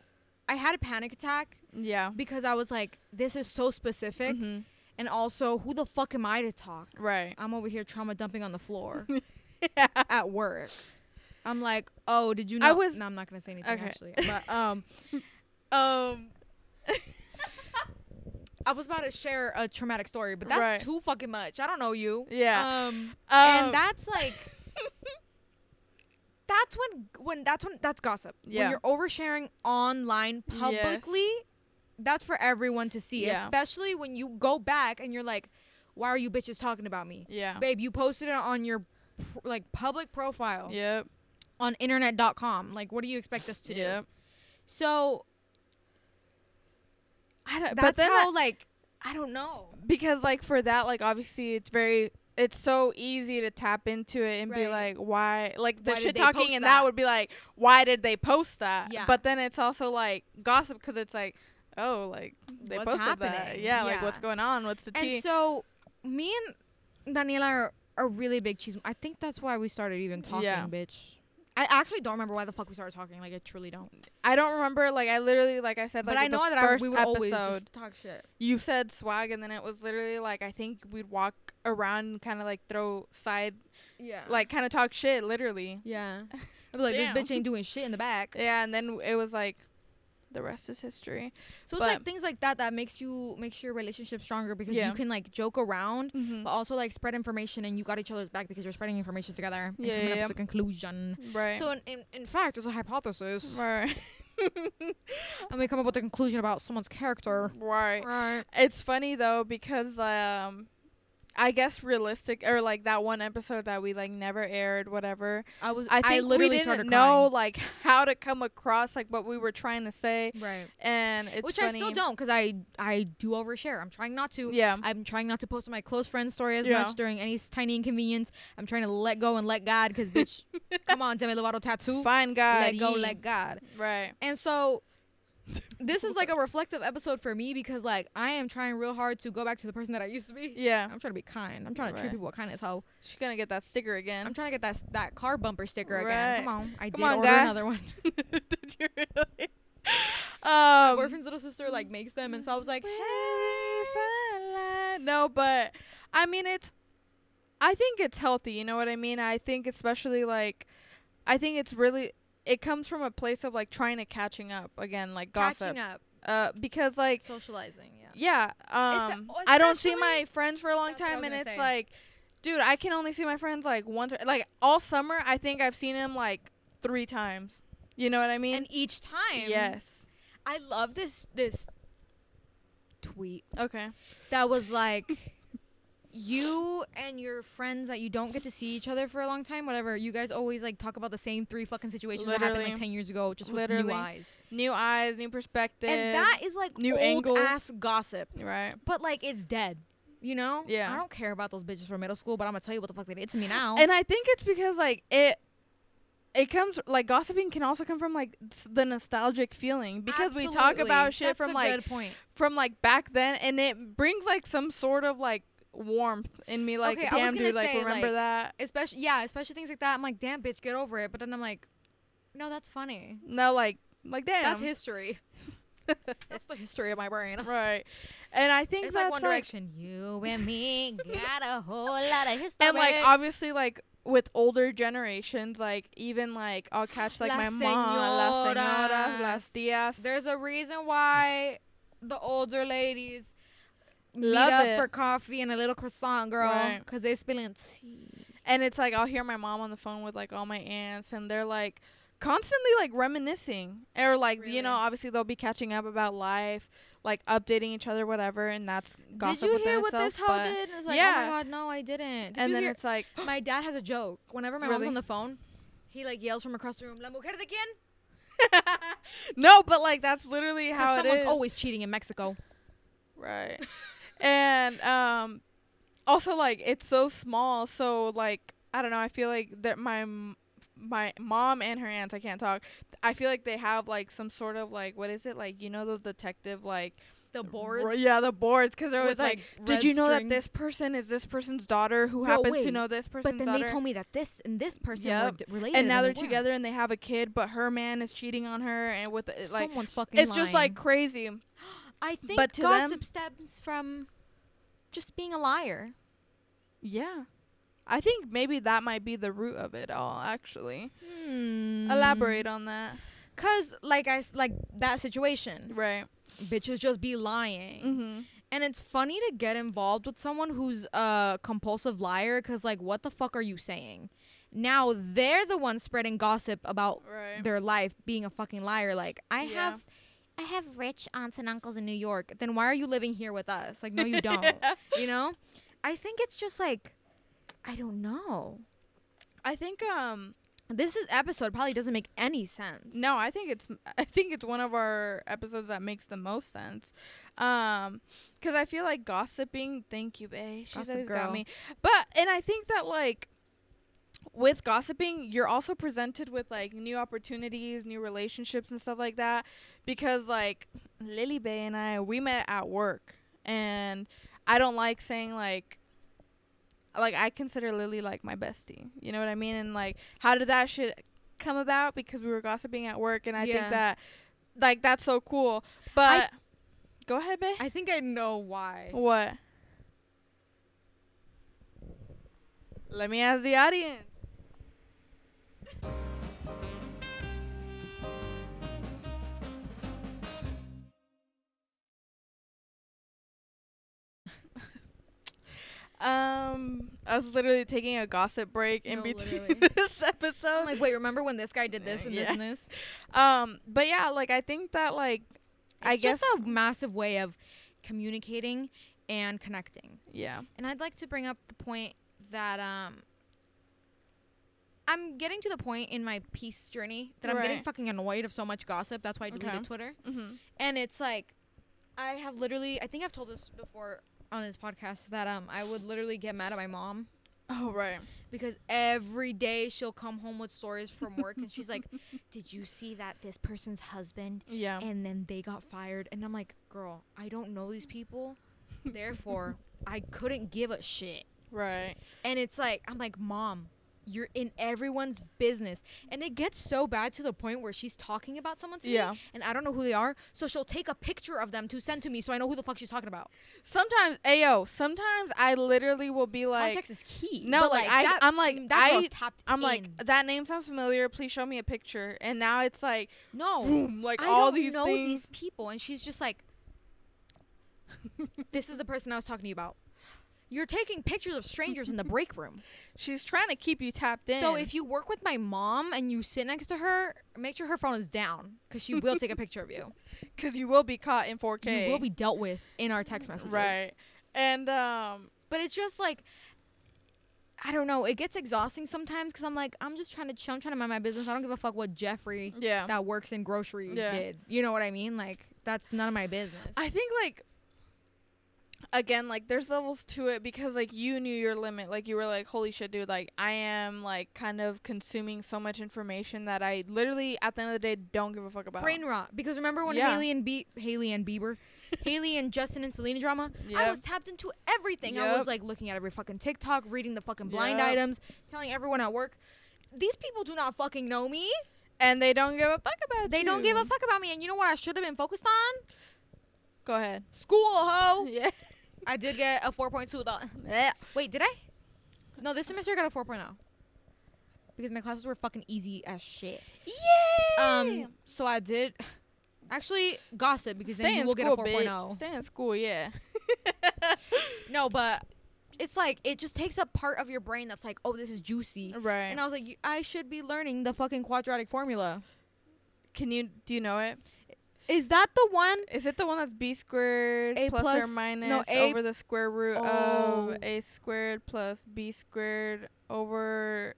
S1: I had a panic attack
S2: Yeah.
S1: because I was like, this is so specific.
S2: Mhm.
S1: And also, who the fuck am I to talk?
S2: Right.
S1: I'm over here trauma dumping on the floor
S2: Yeah.
S1: at work. I'm like, oh, did you know?
S2: I was-
S1: no, I'm not gonna say anything
S2: Okay.
S1: actually. But um, um, I was about to share a traumatic story, but that's
S2: Right.
S1: too fucking much. I don't know you.
S2: Yeah.
S1: Um,
S2: Um,
S1: and that's like, that's when when that's when that's gossip.
S2: Yeah.
S1: When you're oversharing online
S2: Yes.
S1: publicly, that's for everyone to see.
S2: Yeah.
S1: Especially when you go back and you're like, why are you bitches talking about me?
S2: Yeah.
S1: Babe, you posted it on your pr- like public profile
S2: Yep.
S1: on internet.com. Like, what do you expect us to do?
S2: Yep.
S1: So
S2: I don't,
S1: that's
S2: but then I-
S1: how like I don't know.
S2: because like for that like obviously it's very it's so easy to tap into it and be
S1: Right.
S2: like why like the
S1: Why did
S2: shit
S1: they
S2: talking
S1: post
S2: and that?
S1: that?
S2: would be like why did they post that
S1: Yeah.
S2: but then it's also like gossip because it's like oh like they
S1: What's
S2: posted that
S1: happening?
S2: yeah, like what's
S1: Yeah.
S2: going on what's the tea
S1: And so me and Daniela are, are really big cheese. I think that's why we started even talking,
S2: Yeah.
S1: bitch. I actually don't remember why the fuck we started talking. Like I truly don't.
S2: i don't remember like i literally like i said
S1: but
S2: like
S1: I
S2: with the
S1: know that I,
S2: first
S1: we would always
S2: episode
S1: just talk shit.
S2: you said swag and then it was literally like i think we'd walk around and kind of like throw side
S1: Yeah.
S2: like kind of talk shit literally
S1: yeah. I'd be like,
S2: Damn.
S1: this bitch ain't doing shit in the back.
S2: yeah and then it was like the rest is history
S1: So it's
S2: But-
S1: like things like that that makes you makes your relationship stronger because
S2: Yeah.
S1: you can like joke around,
S2: mm-hmm.
S1: but also like spread information and you got each other's back because you're spreading information together. and
S2: Yeah,
S1: coming
S2: yeah,
S1: up
S2: yeah.
S1: with a conclusion.
S2: right
S1: So in, in in fact, it's a hypothesis,
S2: Right.
S1: and we come up with a conclusion about someone's character.
S2: right.
S1: Right.
S2: It's funny though because um I guess realistic or like that one episode that we like never aired whatever.
S1: I was.
S2: I think
S1: literally
S2: we didn't
S1: started
S2: know like how to come across like what we were trying to say
S1: crying. Right.
S2: and it's
S1: Which I
S2: funny.
S1: still don't, cause I I do overshare. I'm trying not to.
S2: Yeah.
S1: I'm trying not to post my close friend story as
S2: Yeah.
S1: much during any s- tiny inconvenience. I'm trying to let go and let God, cause bitch, come on, Demi Lovato tattoo.
S2: Fine guy.
S1: Let go, let God.
S2: Right.
S1: And so this is like a reflective episode for me because like I am trying real hard to go back to the person that I used to be.
S2: Yeah.
S1: I'm trying to be kind. I'm trying to
S2: Right.
S1: treat people with kindness. Ho.
S2: Oh, She's going to get that sticker
S1: I'm
S2: again.
S1: trying to get that s- that car bumper sticker again.
S2: Right.
S1: Come on, I
S2: Come
S1: did
S2: on,
S1: order
S2: guy.
S1: another one.
S2: Did you really?
S1: My
S2: Um
S1: boyfriend's little sister like makes them, and so I was like,
S2: Hey, fine line. No, but I mean it's I think it's healthy, you know what I mean? I think especially like I think it's really it comes from a place of like trying to catching up again, like gossip.
S1: catching up,
S2: Uh because like
S1: socializing. Yeah.
S2: yeah,
S1: Espe-
S2: um I don't see
S1: especially-
S2: my friends for a long
S1: That's what I
S2: time
S1: was
S2: and
S1: gonna
S2: it's
S1: say.
S2: like dude, I can only see my friends like once or, like all summer I think I've seen him like 3 times. You know what I mean?
S1: And each time,
S2: yes.
S1: I love this this tweet
S2: Okay.
S1: that was like, you and your friends that you don't get to see each other for a long time, whatever, you guys always like talk about the same three fucking situations that happened
S2: Literally.
S1: like ten years ago, just with
S2: Literally.
S1: new eyes.
S2: New eyes, new perspective.
S1: and that is like
S2: new
S1: old
S2: angles.
S1: ass gossip,
S2: right.
S1: but like it's dead. You know?
S2: Yeah.
S1: I don't care about those bitches from middle school, but I'm gonna tell you what the fuck they did to me now.
S2: And I think it's because like it it comes like gossiping can also come from like s- the nostalgic feeling because we talk
S1: Absolutely.
S2: about shit
S1: That's
S2: from
S1: a
S2: like
S1: good point.
S2: from like back then and it brings like some sort of like warmth in me like
S1: Okay, I was
S2: damn
S1: gonna
S2: dude like
S1: say,
S2: remember
S1: like-
S2: that
S1: especially yeah, especially things like that. I'm like, damn, bitch, get over it. But then I'm like, no, that's funny.
S2: no like like damn
S1: That's history. that's the history of my brain.
S2: right and i think
S1: It's
S2: that's
S1: like One Direction. You and me got a whole lot of history.
S2: and like obviously like with older generations like even like i'll catch like my
S1: Las
S2: mom las señoras las
S1: señoras.
S2: tías
S1: there's a reason why the older ladies
S2: Love
S1: meet up
S2: it.
S1: for coffee and a little croissant, girl,
S2: Right.
S1: because they spilling tea.
S2: and it's like i'll hear my mom on the phone with like all my aunts and they're like constantly like reminiscing or like you
S1: Really?
S2: know obviously they'll be catching up about life like updating each other whatever and that's gossip
S1: did you
S2: within
S1: hear what
S2: itself,
S1: this hoe
S2: but-
S1: did? And it's like,
S2: Yeah.
S1: oh my god, no, I didn't. Did
S2: and
S1: you
S2: then
S1: hear-
S2: it's like
S1: my dad has a joke. Whenever my
S2: Really?
S1: mom's on the phone, he like yells from across the room, "La mujer de quien?"
S2: no but like that's literally how
S1: Because
S2: it
S1: someone's
S2: is
S1: always cheating in Mexico.
S2: right and um also like it's so small so like i don't know i feel like that my m- my mom and her aunts i can't talk i feel like they have like some sort of like what is it like you know those detective like
S1: The
S2: boards,
S1: boards.
S2: yeah the boards because they're always
S1: with,
S2: like,
S1: like,
S2: did
S1: red
S2: you know
S1: string."
S2: that this person is this person's daughter who
S1: No,
S2: happens to
S1: wait.
S2: know this person's
S1: But then
S2: daughter
S1: they told me that this and this person were
S2: Yep.
S1: d- related.
S2: and now
S1: I'm
S2: they're
S1: like, wow.
S2: together and they have a kid but her man is cheating on her and with it, like
S1: Someone's fucking.
S2: it's just
S1: lying.
S2: like crazy
S1: I think
S2: But to them-
S1: gossip stems from just being a liar.
S2: yeah i think maybe that might be the root of it all actually
S1: Hmm.
S2: Elaborate on that.
S1: Cause like I s- like that situation,
S2: Right.
S1: bitches just be lying,
S2: Mm-hmm.
S1: and it's funny to get involved with someone who's a compulsive liar. Cause like, what the fuck are you saying? Now they're the ones spreading gossip about
S2: Right.
S1: their life being a fucking liar. Like I
S2: Yeah.
S1: have, I have rich aunts and uncles in New York. Then why are you living here with us? Like no, you don't. You know, I think it's just like, I don't know.
S2: I think um
S1: This is episode probably doesn't make any sense.
S2: no, I think it's I think it's one of our episodes that makes the most sense. Um cuz I feel like gossiping, thank you, babe. She's
S1: Gossip
S2: always got
S1: girl.
S2: me. But and I think that like with gossiping, you're also presented with like new opportunities, new relationships and stuff like that because like Lily Bay and I we met at work and I don't like saying like like I consider Lily like my bestie. You know what I mean? And like how did that shit come about? Because we were gossiping at work and I
S1: Yeah.
S2: think that like that's so cool. But go ahead, babe.
S1: I think I know why.
S2: what? Let me ask the audience. Um, I was literally taking a gossip break in
S1: No,
S2: between
S1: literally.
S2: this episode.
S1: I'm like, wait, remember when this guy did this and
S2: Yeah.
S1: this and this?
S2: um, but yeah, like I think that like I
S1: it's
S2: guess
S1: just a massive way of communicating and connecting.
S2: yeah,
S1: And I'd like to bring up the point that um I'm getting to the point in my peace journey that I'm getting
S2: Right.
S1: fucking annoyed of so much gossip. That's why I deleted
S2: Okay.
S1: Twitter.
S2: mm-hmm.
S1: And it's like I have literally I think I've told this before on this podcast that um I would literally get mad at my mom
S2: oh right,
S1: because every day she'll come home with stories from work and she's like, "Did you see that this person's husband
S2: yeah,
S1: and then they got fired?" And I'm like, "Girl, I don't know these people. Therefore, I couldn't give a shit."
S2: right,
S1: And it's like, I'm like, mom, you're in everyone's business. And it gets so bad to the point where she's talking about someone to
S2: Yeah.
S1: me and I don't know who they are. So she'll take a picture of them to send to me so I know who the fuck she's talking about.
S2: Sometimes, ayo, sometimes I literally will be like,
S1: Context is key.
S2: no,
S1: But,
S2: like, I,
S1: that-
S2: I'm like,
S1: that girl's
S2: I,
S1: tapped
S2: I'm
S1: in.
S2: like, that name sounds familiar. Please show me a picture. And now it's like,
S1: no,
S2: boom, like
S1: Oh, I
S2: all
S1: don't
S2: these
S1: know
S2: things.
S1: these people. And she's just like, this is the person I was talking to you about. You're taking pictures of strangers in the break room.
S2: She's trying to keep you tapped in.
S1: So if you work with my mom and you sit next to her, make sure her phone is down because she will take a picture of you.
S2: because you will be caught in 4K.
S1: you will be dealt with in our text messages.
S2: right. And um,
S1: But it's just like I don't know. It gets exhausting sometimes because I'm like, I'm just trying to chill. I'm trying to mind my business. I don't give a fuck what Jeffrey
S2: Yeah.
S1: that works in grocery
S2: Yeah.
S1: did. You know what I mean? Like that's none of my business.
S2: I think like again, like there's levels to it because like you knew your limit. Like you were like, holy shit, dude, like I am like kind of consuming so much information that I literally at the end of the day don't give a fuck about.
S1: brain rot because remember when
S2: Yeah.
S1: Haley and Be- Haley and Bieber, Haley and Justin and Selena drama, I
S2: Yep.
S1: was tapped into everything. I was
S2: Yep.
S1: like looking at every fucking TikTok, reading the fucking blind
S2: Yep.
S1: items, telling everyone at work, these people do not fucking know me.
S2: and they don't give a fuck about
S1: They
S2: you.
S1: don't give a fuck about me. And you know what I should have been focused on?
S2: Go ahead.
S1: School, ho.
S2: Yeah.
S1: I did get a 4.2 though. Wait, did I? No, this semester I got a 4.0. Because my classes were fucking easy as shit.
S2: Yay!
S1: Um, so I did actually gossip because
S2: Stay
S1: then you
S2: in
S1: will
S2: school,
S1: get a oh.
S2: bitch.
S1: 4.0.
S2: Stay in school, yeah.
S1: No, but it's like it just takes up part of your brain that's like, oh, this is juicy.
S2: right.
S1: And I was like, y- I should be learning the fucking quadratic formula.
S2: Can you do you know it?
S1: Is that the one?
S2: Is it the one that's b squared
S1: A
S2: plus
S1: plus-
S2: or
S1: no,
S2: minus
S1: A-
S2: over the square root
S1: Oh.
S2: of a squared plus b squared over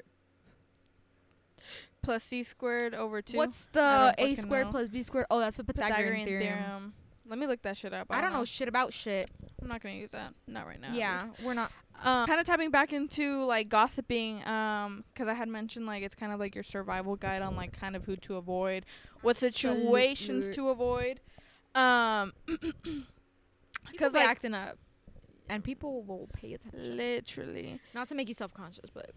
S2: plus c squared over two?
S1: What's
S2: I
S1: the
S2: don't
S1: a
S2: fucking
S1: squared
S2: know.
S1: plus b squared? Oh, that's the Pythagorean,
S2: Pythagorean
S1: theorem.
S2: Let me look that shit up.
S1: I don't know shit about shit.
S2: I'm not gonna use that. Not right now. at
S1: yeah,
S2: least.
S1: we're not.
S2: Um, kind of tapping back into like gossiping, um, because I had mentioned like it's kind of like your survival guide on like kind of who to avoid, what situations
S1: Absolutely.
S2: to avoid, um,
S1: Because
S2: because
S1: like,
S2: like
S1: acting up, and people will pay attention.
S2: literally
S1: Not to make you self-conscious, but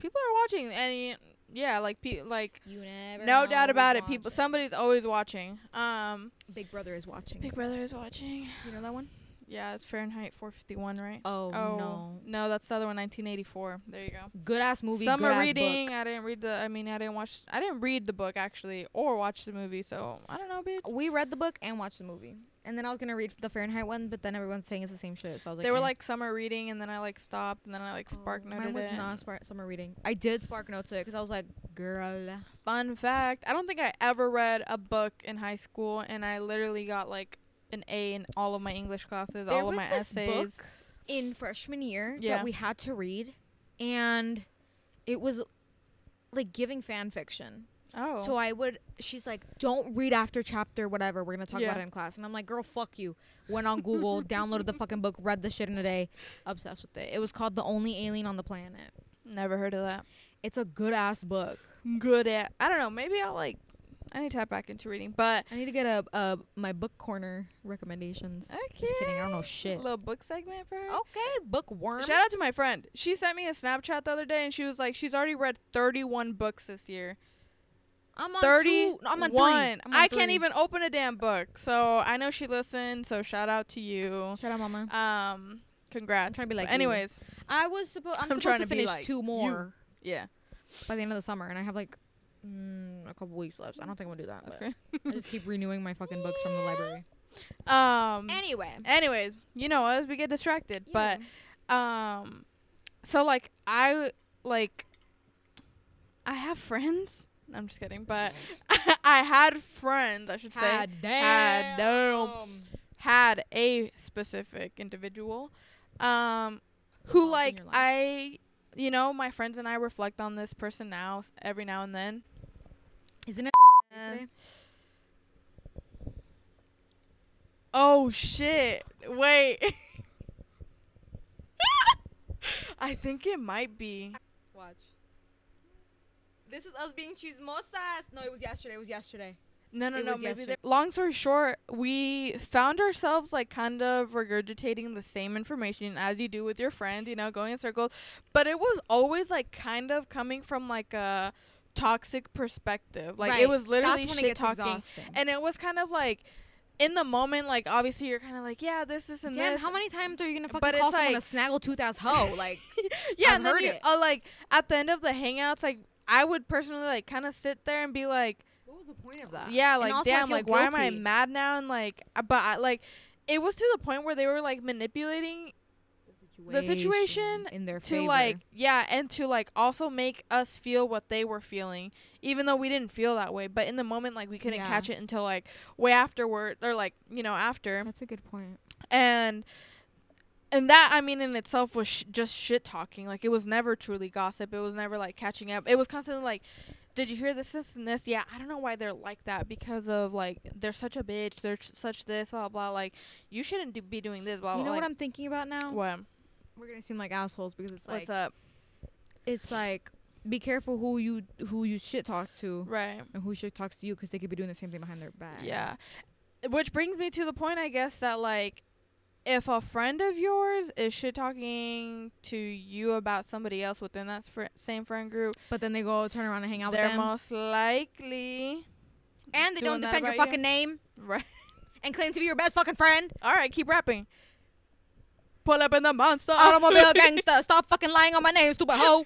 S2: people are watching, and y- yeah, like pe- like
S1: you never.
S2: no
S1: know
S2: doubt
S1: who's
S2: about it, people.
S1: watching.
S2: Somebody's always watching. Um,
S1: Big Brother is watching.
S2: Big Brother is watching.
S1: You know that one?
S2: Yeah, it's Fahrenheit 451, right?
S1: Oh, no.
S2: no, that's the other one, 1984. There you go.
S1: Good ass movie.
S2: Summer
S1: good ass
S2: reading.
S1: book.
S2: I didn't read the. I mean, I didn't watch. I didn't read the book actually, or watch the movie. So I don't know, bitch.
S1: We read the book and watched the movie. And then I was gonna read the Fahrenheit one, but then everyone's saying it's the same shit. So I was like,
S2: they were
S1: eh.
S2: like summer reading, and then I like stopped, and then I like spark
S1: Oh,
S2: noted
S1: Mine was
S2: it.
S1: not spark summer reading. I did spark notes it because I was like, girl.
S2: Fun fact: I don't think I ever read a book in high school, and I literally got like an A in all of my English classes, all of my essays.
S1: book in freshman year
S2: Yeah.
S1: that we had to read, and it was like giving fan fiction.
S2: Oh,
S1: So I would. She's like, don't read after chapter whatever. We're gonna talk about
S2: Yeah.
S1: it in class. And I'm like, girl, fuck you. Went on Google, downloaded the fucking book, read the shit in a day, obsessed with it. It was called The Only Alien on the Planet.
S2: never heard of that.
S1: It's a good ass book.
S2: Good at. I don't know. Maybe I'll like. I need to tap back into reading, but
S1: I need to get a, a my book corner recommendations.
S2: okay.
S1: Just kidding. I don't know shit.
S2: Little book segment for her.
S1: Okay, bookworm.
S2: Shout out to my friend. She sent me a Snapchat the other day, and she was like, she's already read 31 books this year.
S1: I'm on
S2: 31.
S1: Two, I'm on three.
S2: I
S1: I'm on
S2: can't
S1: three.
S2: even open a damn book. So I know she listened. So shout out to you.
S1: Shout out, mama.
S2: Um, congrats.
S1: trying to be like
S2: But
S1: you.
S2: anyways,
S1: I was supposed. I'm,
S2: I'm
S1: supposed
S2: trying
S1: to
S2: to be
S1: finish
S2: like
S1: two
S2: you.
S1: more
S2: yeah.
S1: by the end of the summer, and I have like mm, a couple weeks left. So I don't think I'm gonna do that.
S2: That's
S1: but I just keep renewing my fucking books from the
S2: Yeah.
S1: library.
S2: Um.
S1: Anyway,
S2: Anyways, you know us, we get distracted, but um so like i like i have friends i'm just kidding but i had friends i should say
S1: Ah, damn.
S2: damn. had a specific individual um who
S1: Lost in
S2: like
S1: your life.
S2: i you know my friends and i reflect on this person now s- every now and then
S1: Isn't it
S2: And-
S1: today?
S2: oh shit wait i think it might be
S1: Watch. This is us being chismosas. No, it was yesterday. It was yesterday.
S2: No, no,
S1: It
S2: no.
S1: was
S2: Maybe
S1: yesterday.
S2: they- long story short, we found ourselves like kind of regurgitating the same information as you do with your friends, you know, going in circles. But it was always like kind of coming from like a toxic perspective. Like
S1: Right.
S2: it was literally
S1: That's when it
S2: shit
S1: gets
S2: talking,
S1: exhausting.
S2: and it was kind of like in the moment, like obviously you're kind of like, yeah, this, this, and
S1: Damn,
S2: this.
S1: how many times are you gonna fucking
S2: But
S1: call
S2: it's
S1: someone
S2: like-
S1: a snaggletooth ass hoe? Like,
S2: yeah,
S1: I've
S2: and then
S1: heard
S2: you,
S1: it.
S2: uh, like at the end of the hangouts, like I would personally like kind of sit there and be like.
S1: what was the point of that?
S2: Yeah,
S1: And
S2: like
S1: also I
S2: damn,
S1: feel
S2: like why am I
S1: guilty.
S2: mad now? And like, uh, but I, like, it was to the point where they were like manipulating the situation
S1: in their
S2: to
S1: favor.
S2: like, yeah, and to like also make us feel what they were feeling, even though we didn't feel that way. But in the moment, like we couldn't
S1: Yeah.
S2: catch it until like way afterward or like you know after.
S1: That's a good point.
S2: And and that I mean in itself was sh- just shit talking. Like it was never truly gossip. It was never like catching up. It was constantly like, did you hear this, this, and this? Yeah, I don't know why they're like that because of like they're such a bitch. They're sh- such this, blah blah. Like you shouldn't do- be doing this, blah
S1: you know
S2: blah.
S1: what I'm thinking about now?
S2: like, Oh, what?
S1: We're gonna seem like assholes because it's like
S2: What's up?
S1: it's like be careful who you who you shit talk to
S2: Right.
S1: and who shit talks to you because they could be doing the same thing behind their back.
S2: Yeah. Which brings me to the point, I guess, that like if a friend of yours is shit talking to you about somebody else within that fr- same friend group,
S1: But then they go turn around and hang out
S2: they're
S1: with them,
S2: most likely
S1: and they
S2: doing
S1: don't
S2: that
S1: defend your
S2: about you.
S1: fucking name
S2: right.
S1: and claim to be your best fucking friend.
S2: All right, keep rapping. Pull up in the monster
S1: Oh. Automobile gangster, stop fucking lying on my name, stupid hoe.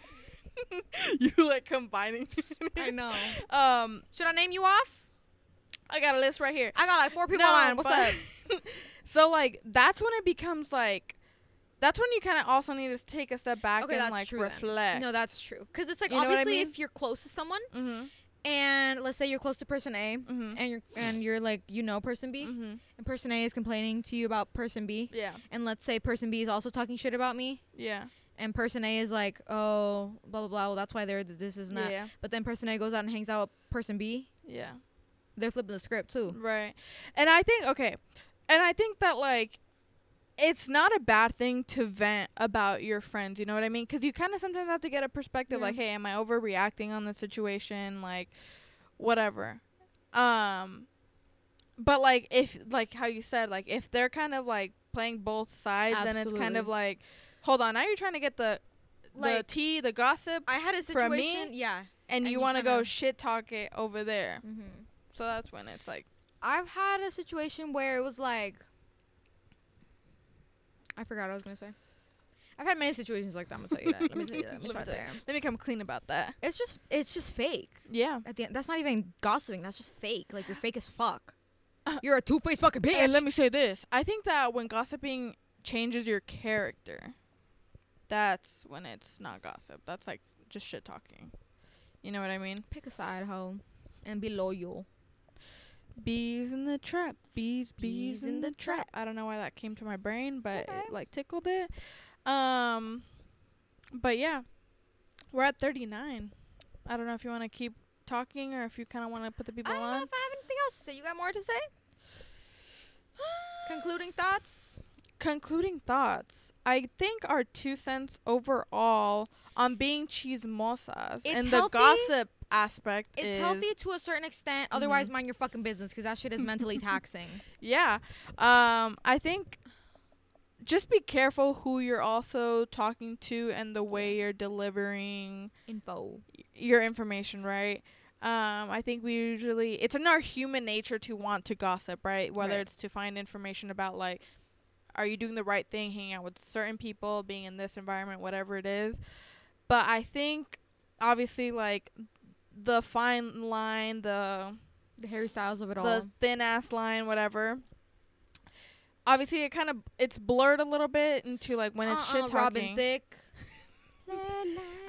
S2: you like combining.
S1: I know.
S2: Um,
S1: Should I name you off?
S2: I got a list right here.
S1: I got like four people on mine. What's up?
S2: up? so like that's when it becomes like that's when you kind of also need to take a step back
S1: Okay,
S2: and
S1: that's
S2: like
S1: true then.
S2: reflect.
S1: No, that's true. Because it's like
S2: You know what I
S1: obviously
S2: mean?
S1: if you're close to someone
S2: Mhm.
S1: and let's say you're close to person A
S2: Mhm.
S1: and you're and you're like you know person B
S2: Mhm.
S1: and person A is complaining to you about person B
S2: Yeah.
S1: and let's say person B is also talking shit about me
S2: Yeah.
S1: and person A is like oh blah blah blah well that's why they're th- this is not
S2: Yeah.
S1: but then person A goes out and hangs out with person B
S2: Yeah.
S1: they're flipping the script too
S2: Right. And I think okay. And I think that like it's not a bad thing to vent about your friends, you know what I mean? Cuz you kind of sometimes have to get a perspective
S1: Yeah.
S2: like, "Hey, am I overreacting on this situation?" like whatever. Um but like if like how you said, like if they're kind of like playing both sides then it's kind of
S1: Absolutely.
S2: like, "Hold on, now you're trying to get the
S1: Like-
S2: the tea, the gossip,
S1: I had a
S2: From me?
S1: situation yeah
S2: and,
S1: and
S2: you
S1: you
S2: want to go
S1: kinda-
S2: shit talk it over there."
S1: mm-hmm.
S2: So that's when it's like,
S1: I've had a situation where it was like I forgot what I was gonna say. I've had many situations like that. I'm gonna tell you that. Let me tell you that. Let me
S2: Let me
S1: start
S2: tell you.
S1: there.
S2: "Let me come clean about that."
S1: It's just it's just fake.
S2: Yeah.
S1: At the end, that's not even gossiping. That's just fake. Like you're fake as fuck. You're a two faced fucking bitch.
S2: And let me say this. I think that when gossiping changes your character, that's when it's not gossip. That's like just shit talking. You know what I mean?
S1: pick a side, hoe, and be loyal.
S2: Bees in the trap. Bees, bees,
S1: Bees
S2: in,
S1: in
S2: the,
S1: the
S2: trap. I don't know why that came to my brain, but
S1: okay.
S2: it like tickled it. Um but yeah. We're at 39. I don't know if you want to keep talking or if you kind of want to put the people
S1: I don't know
S2: on.
S1: if I have anything else to say. You got more to say? Concluding thoughts.
S2: concluding thoughts i think our two cents overall on being chismosas and the
S1: healthy.
S2: gossip aspect
S1: It's
S2: is
S1: healthy to a certain extent. Otherwise, mind your fucking business because that shit is mentally taxing.
S2: yeah um i think just be careful who you're also talking to and the way you're delivering
S1: Info.
S2: y- your information right um i think we usually it's in our human nature to want to gossip right whether
S1: Right.
S2: it's to find information about like are you doing the right thing hanging out with certain people being in this environment whatever it is but i think obviously like the fine line the
S1: The Harry Styles of it all.
S2: the thin ass line whatever obviously it kind of it's blurred a little bit into like when it's
S1: Uh-uh,
S2: shit talking
S1: Robin Thicke.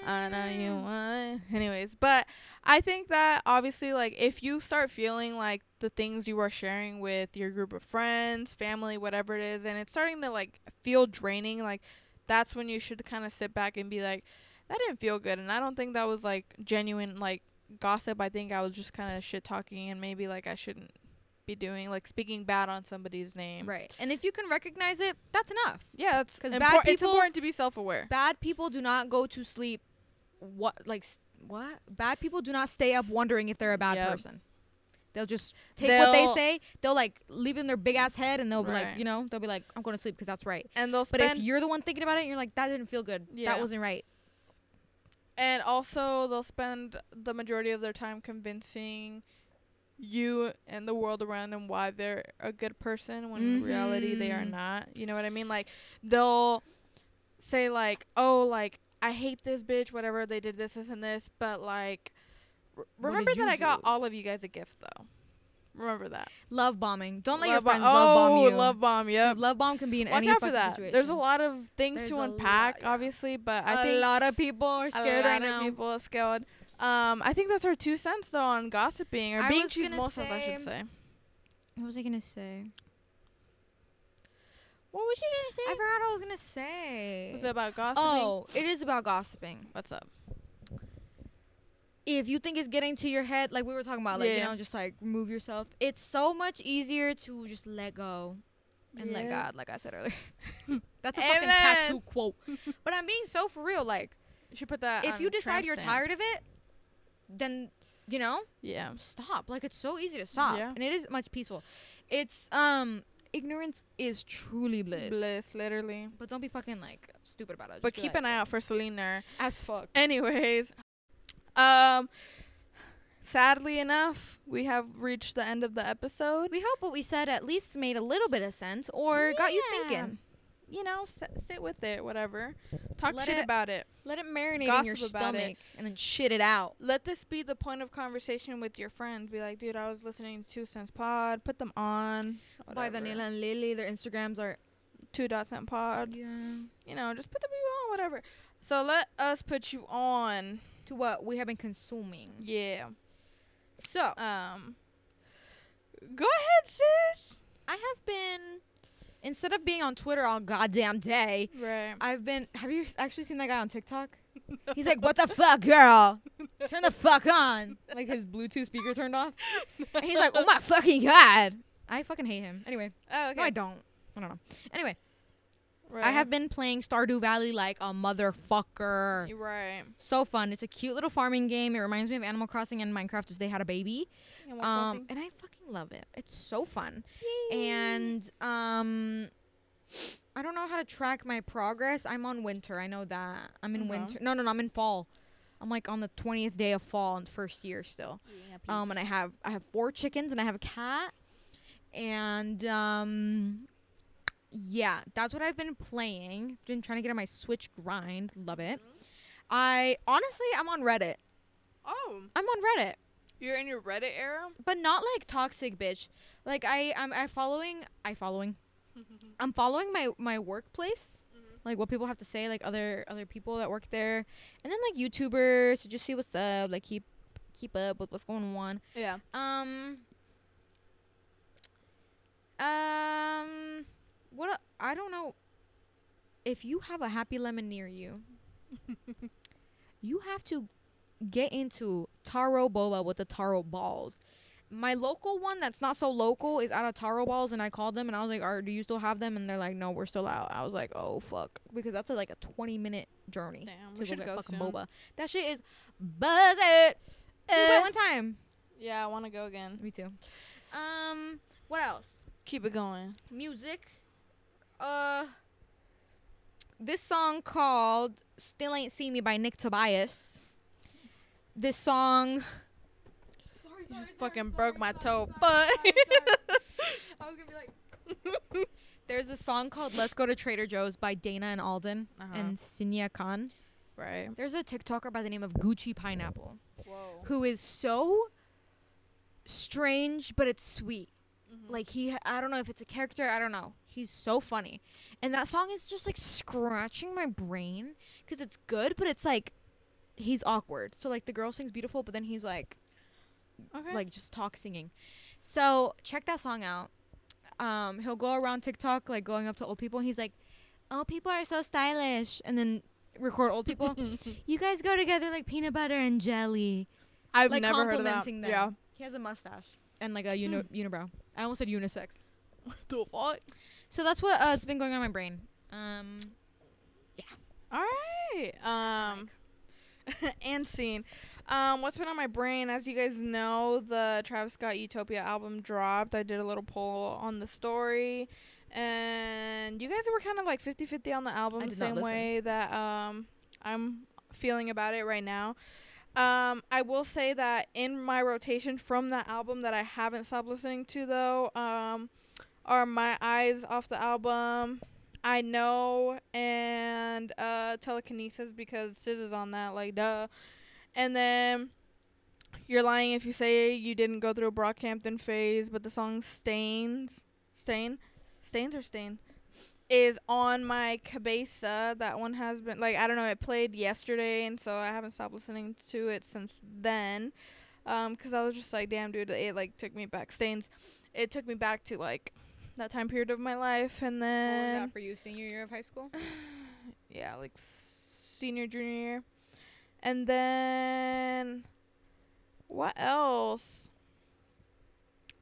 S2: I know you want. Anyways, but I think that obviously, like, if you start feeling like the things you are sharing with your group of friends, family, whatever it is, and it's starting to like feel draining, like, that's when you should kind of sit back and be like, that didn't feel good, and I don't think that was like genuine like gossip. I think I was just kind of shit talking, and maybe like I shouldn't be doing like speaking bad on somebody's name.
S1: Right. And if you can recognize it, that's enough.
S2: Yeah, that's
S1: 'Cause
S2: impor-
S1: bad
S2: it's
S1: people-
S2: important to be self-aware.
S1: Bad people do not go to sleep. What like s- what? Bad people do not stay up wondering if they're a bad
S2: Yep.
S1: person. They'll just take what they
S2: They'll-
S1: say. They'll like leave it in their big ass head, and they'll be
S2: Right.
S1: like, you know, they'll be like, I'm going to sleep because that's right.
S2: And they'll
S1: But
S2: spend
S1: if you're the one thinking about it, you're like, that didn't feel good.
S2: Yeah.
S1: That wasn't right.
S2: And also, they'll spend the majority of their time convincing you and the world around them why they're a good person when in reality they are
S1: Mhm.
S2: not. You know what I mean? Like, they'll say, like, oh, like, I hate this bitch, whatever, they did this, this, and this, but, like, r-
S1: What
S2: remember
S1: did
S2: that
S1: you
S2: I got
S1: do?
S2: all of you guys a gift, though. Remember that.
S1: Love bombing. Don't let your
S2: bo-
S1: friends love bomb
S2: oh,
S1: you.
S2: love bomb, yep.
S1: Love bomb can be in
S2: Watch
S1: any
S2: out for
S1: fucking
S2: that.
S1: situation.
S2: There's a lot of things
S1: There's
S2: to
S1: a lot,
S2: unpack,
S1: yeah.
S2: obviously, but I
S1: a
S2: think
S1: lot of people are scared
S2: a lot
S1: right
S2: of
S1: now.
S2: people are scared. Um, I think that's our two cents though on gossiping or
S1: I
S2: being
S1: was gonna
S2: chismosas, I should say.
S1: What was I gonna say?
S2: What was she
S1: I
S2: gonna say?
S1: forgot what I was gonna say.
S2: Was it about gossiping?
S1: oh, it is about gossiping.
S2: What's up?
S1: if you think it's getting to your head, like we were talking about, like you
S2: Yeah.
S1: know, just like remove yourself. It's so much easier to just let go and let God, like I said earlier. That's a fucking
S2: Amen.
S1: tattoo quote. but I'm being so for real. Like
S2: You should put that.
S1: if
S2: on
S1: you
S2: tramp
S1: decide you're
S2: stamp.
S1: tired of it, then you know,
S2: Yeah.
S1: stop. Like it's so easy to stop,
S2: Yeah.
S1: and it is much peaceful. It's um, ignorance is truly bliss.
S2: Bliss, literally.
S1: But don't be fucking like stupid about it. Just
S2: But
S1: be
S2: keep
S1: like,
S2: an eye out for Selena.
S1: as fuck.
S2: Anyways, um, sadly enough, we have reached the end of the episode.
S1: We hope what we said at least made a little bit of sense or got you
S2: Yeah.
S1: thinking.
S2: You know, sit, sit with it, whatever. Talk
S1: Let
S2: shit
S1: it-
S2: about it.
S1: Let it marinate in your
S2: Gossip about it.
S1: stomach and then shit it out.
S2: Let this be the point of conversation with your friend. Be like, dude, I was listening to Two Cents Pod. Put them on.
S1: By
S2: whatever.
S1: Vanilla and Lily, their Instagrams are
S2: Two Dot Cent Pod.
S1: yeah.
S2: You know, just put them on, whatever. So let us put you on.
S1: to what we have been consuming.
S2: Yeah.
S1: So
S2: Um. Go ahead, sis.
S1: I have been instead of being on Twitter all goddamn day,
S2: Right.
S1: I've been. Have you actually seen that guy on TikTok? He's like, "What the fuck, girl? Turn the fuck on!" Like his Bluetooth speaker turned off, and he's like, "Oh my fucking god!" I fucking hate him. Anyway,
S2: Oh, okay.
S1: no, I don't. I don't know. Anyway, I
S2: Right.
S1: have been playing Stardew Valley like a motherfucker.
S2: You're Right.
S1: So fun. It's a cute little farming game. It reminds me of Animal Crossing and Minecraft if they had a baby.
S2: And what
S1: Um,
S2: Kelsey?
S1: and I fucking love it. It's so fun.
S2: Yay.
S1: And um I don't know how to track my progress. I'm on winter. I know that. I'm in
S2: Okay.
S1: winter. No, no, no, I'm in fall. I'm like on the 20th day of fall in first year still. Um and I have I have four chickens and I have a cat. And um yeah, that's what I've been playing. Been trying to get on my Switch grind. Love it. I honestly, I'm on Reddit.
S2: Oh,
S1: I'm on Reddit,
S2: you're in your Reddit era.
S1: but not like toxic bitch. Like I, I'm, I following, I following, I'm following my my workplace, like what people have to say, like other other people that work there, and then like YouTubers to just see what's up, like keep keep up with what's going on.
S2: Yeah.
S1: Um. Um. What a, I don't know. If you have a happy lemon near you, you have to get into taro boba with the taro balls. My local one that's not so local is out of taro balls, and I called them and I was like, "Are do you still have them?" And they're like, "No, we're still out." I was like, "Oh fuck," because that's a, like a twenty minute journey
S2: Damn,
S1: to
S2: we
S1: go
S2: should
S1: get
S2: go
S1: fucking
S2: soon.
S1: boba. That shit is buzz it. we
S2: Eh.
S1: went one time.
S2: Yeah, I want to go again.
S1: Me too. Um, what else?
S2: Keep it going.
S1: Music. Uh, this song called "Still Ain't See Me" by Nick Tobias. This song. Sorry,
S2: You just fucking broke my toe, but
S1: I was gonna be like. There's a song called "Let's Go to Trader Joe's" by Dana and Alden
S2: Uh-huh.
S1: and Sinia Khan.
S2: right.
S1: There's a TikToker by the name of Gucci Pineapple
S2: Whoa.
S1: who is so strange, but it's sweet.
S2: Mm-hmm.
S1: Like he, I don't know if it's a character. I don't know. He's so funny, and that song is just like scratching my brain because it's good, but it's like he's awkward. So like the girl sings beautiful, but then he's like
S2: Okay.
S1: like just talk singing. So check that song out. Um, he'll go around TikTok like going up to old people. And he's like, "Oh, people are so stylish," and then record old people. you guys go together like peanut butter and jelly
S2: I've
S1: like
S2: never heard of that.
S1: complimenting
S2: Yeah. Hmm.
S1: them. He has a mustache and like a uni- unibrow. I almost said unisex.
S2: Do fault.
S1: So that's what uh, it's been going on in my brain. Um,
S2: All right. Um. and scene. Um, what's been on my brain? As you guys know, the Travis Scott Utopia album dropped. I did a little poll on the story, and you guys were kind of like 50-50 on the album,
S1: did
S2: the
S1: not
S2: same
S1: listen.
S2: way that um I'm feeling about it right now. Um, I will say that in my rotation from that album that I haven't stopped listening to though, um, are my eyes off the album. I know and uh, telekinesis because Sis is on that, like duh. And then you're lying if you say you didn't go through a Brockhampton phase, but the song Stains, Stain, Stains or Stain, is on my cabeza. That one has been like I don't know. It played yesterday, and so I haven't stopped listening to it since then. Um, 'cause I was just like, damn, dude, it like took me back. Stains, it took me back to like that time period of my life, and then
S3: for you, senior year of high school?
S2: yeah, like senior, junior year. And then what else?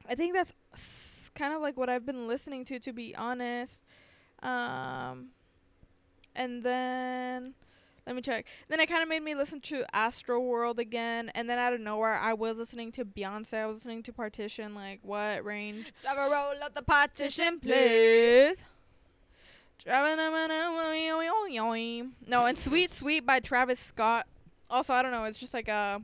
S2: I think that's s- kind of like what I've been listening to to be honest. Um and then let me check. Then it kind of made me listen to Astro World again, and then out of nowhere, I was listening to Beyonce. I was listening to Partition, like what range?
S1: Drive a roll up the partition,
S2: please. No, and Sweet Sweet by Travis Scott. Also, I don't know, it's just like uh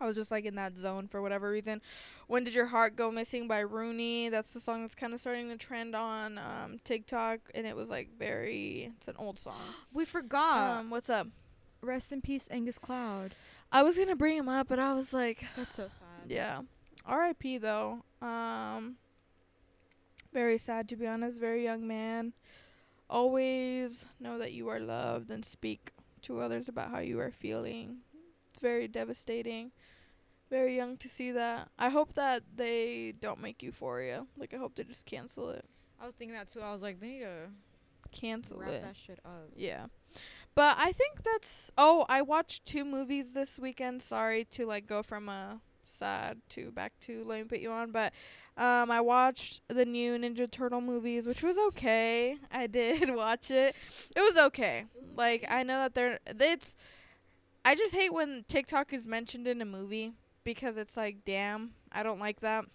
S2: I was just like in that zone for whatever reason. When Did Your Heart Go Missing by Rooney. That's the song that's kind of starting to trend on um, TikTok and it was like very it's an old song.
S1: We forgot.
S2: um what's up?
S1: Rest in peace, Angus Cloud.
S2: I was going to bring him up, but I was like
S3: That's so sad.
S2: yeah. R.I.P. though. Um. Very sad to be honest. Very young man. Always know that you are loved and speak to others about how you are feeling. It's very devastating. Very young to see that. I hope that they don't make Euphoria. Like I hope they just cancel it.
S3: I was thinking that too. I was like, they need to
S2: Cancel
S3: wrap
S2: it.
S3: that shit up.
S2: Yeah. But I think that's oh, I watched two movies this weekend. Sorry to like go from a sad to back to let me put you on, but um I watched the new Ninja Turtle movies, which was okay. I did watch it. It was okay. Like I know that they're it's I just hate when TikTok is mentioned in a movie because it's like damn, I don't like that.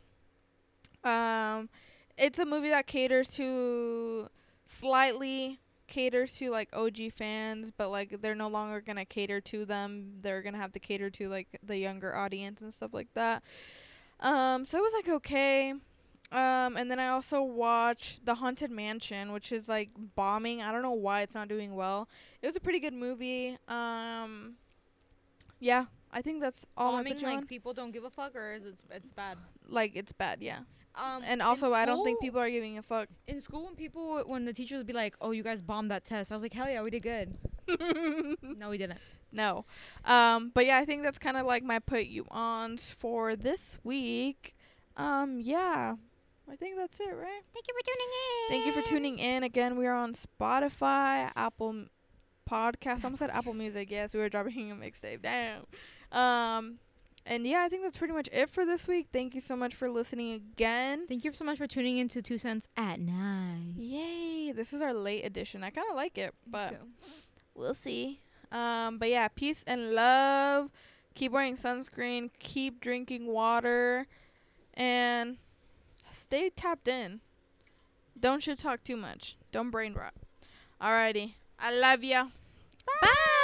S2: Um it's a movie that caters to slightly caters to like OG fans, but like they're no longer gonna cater to them. They're gonna have to cater to like the younger audience and stuff like that. Um, so it was like okay. Um, and then I also watched The Haunted Mansion, which is like bombing. I don't know why it's not doing well. It was a pretty good movie. Um, yeah, I think that's all
S3: I
S2: I
S3: mean,
S2: like,
S3: like people don't give a fuck, or is it's it's bad.
S2: like it's bad, yeah.
S3: Um, in
S2: and also, I don't think
S3: school-
S2: people are giving a fuck.
S3: in school when people when the teachers would be like, "Oh, you guys bombed that test," I was like, "Hell yeah, we did good."
S2: Mm-hmm.
S3: No, we didn't.
S2: No. Um, but yeah, I think that's kind of like my put you ons for this week. Um, yeah. I think that's it, right?
S1: Thank you for tuning in.
S2: Thank you for tuning in. Again, we are on Spotify, Apple M- Podcast. I almost said Apple Music. Yes, we were dropping a mixtape. Damn. Um, and yeah, I think that's pretty much it for this week. Thank you so much for listening again.
S3: Thank you so much for tuning in to Two Cents at Night.
S2: Yay. This is our late edition. I kind of like it, but.
S3: So-
S2: we'll see. Um, but yeah, peace and love. Keep wearing sunscreen. Keep drinking water, and stay tapped in. Don't shit talk too much. Don't brain rot. Alrighty, I love ya. Bye.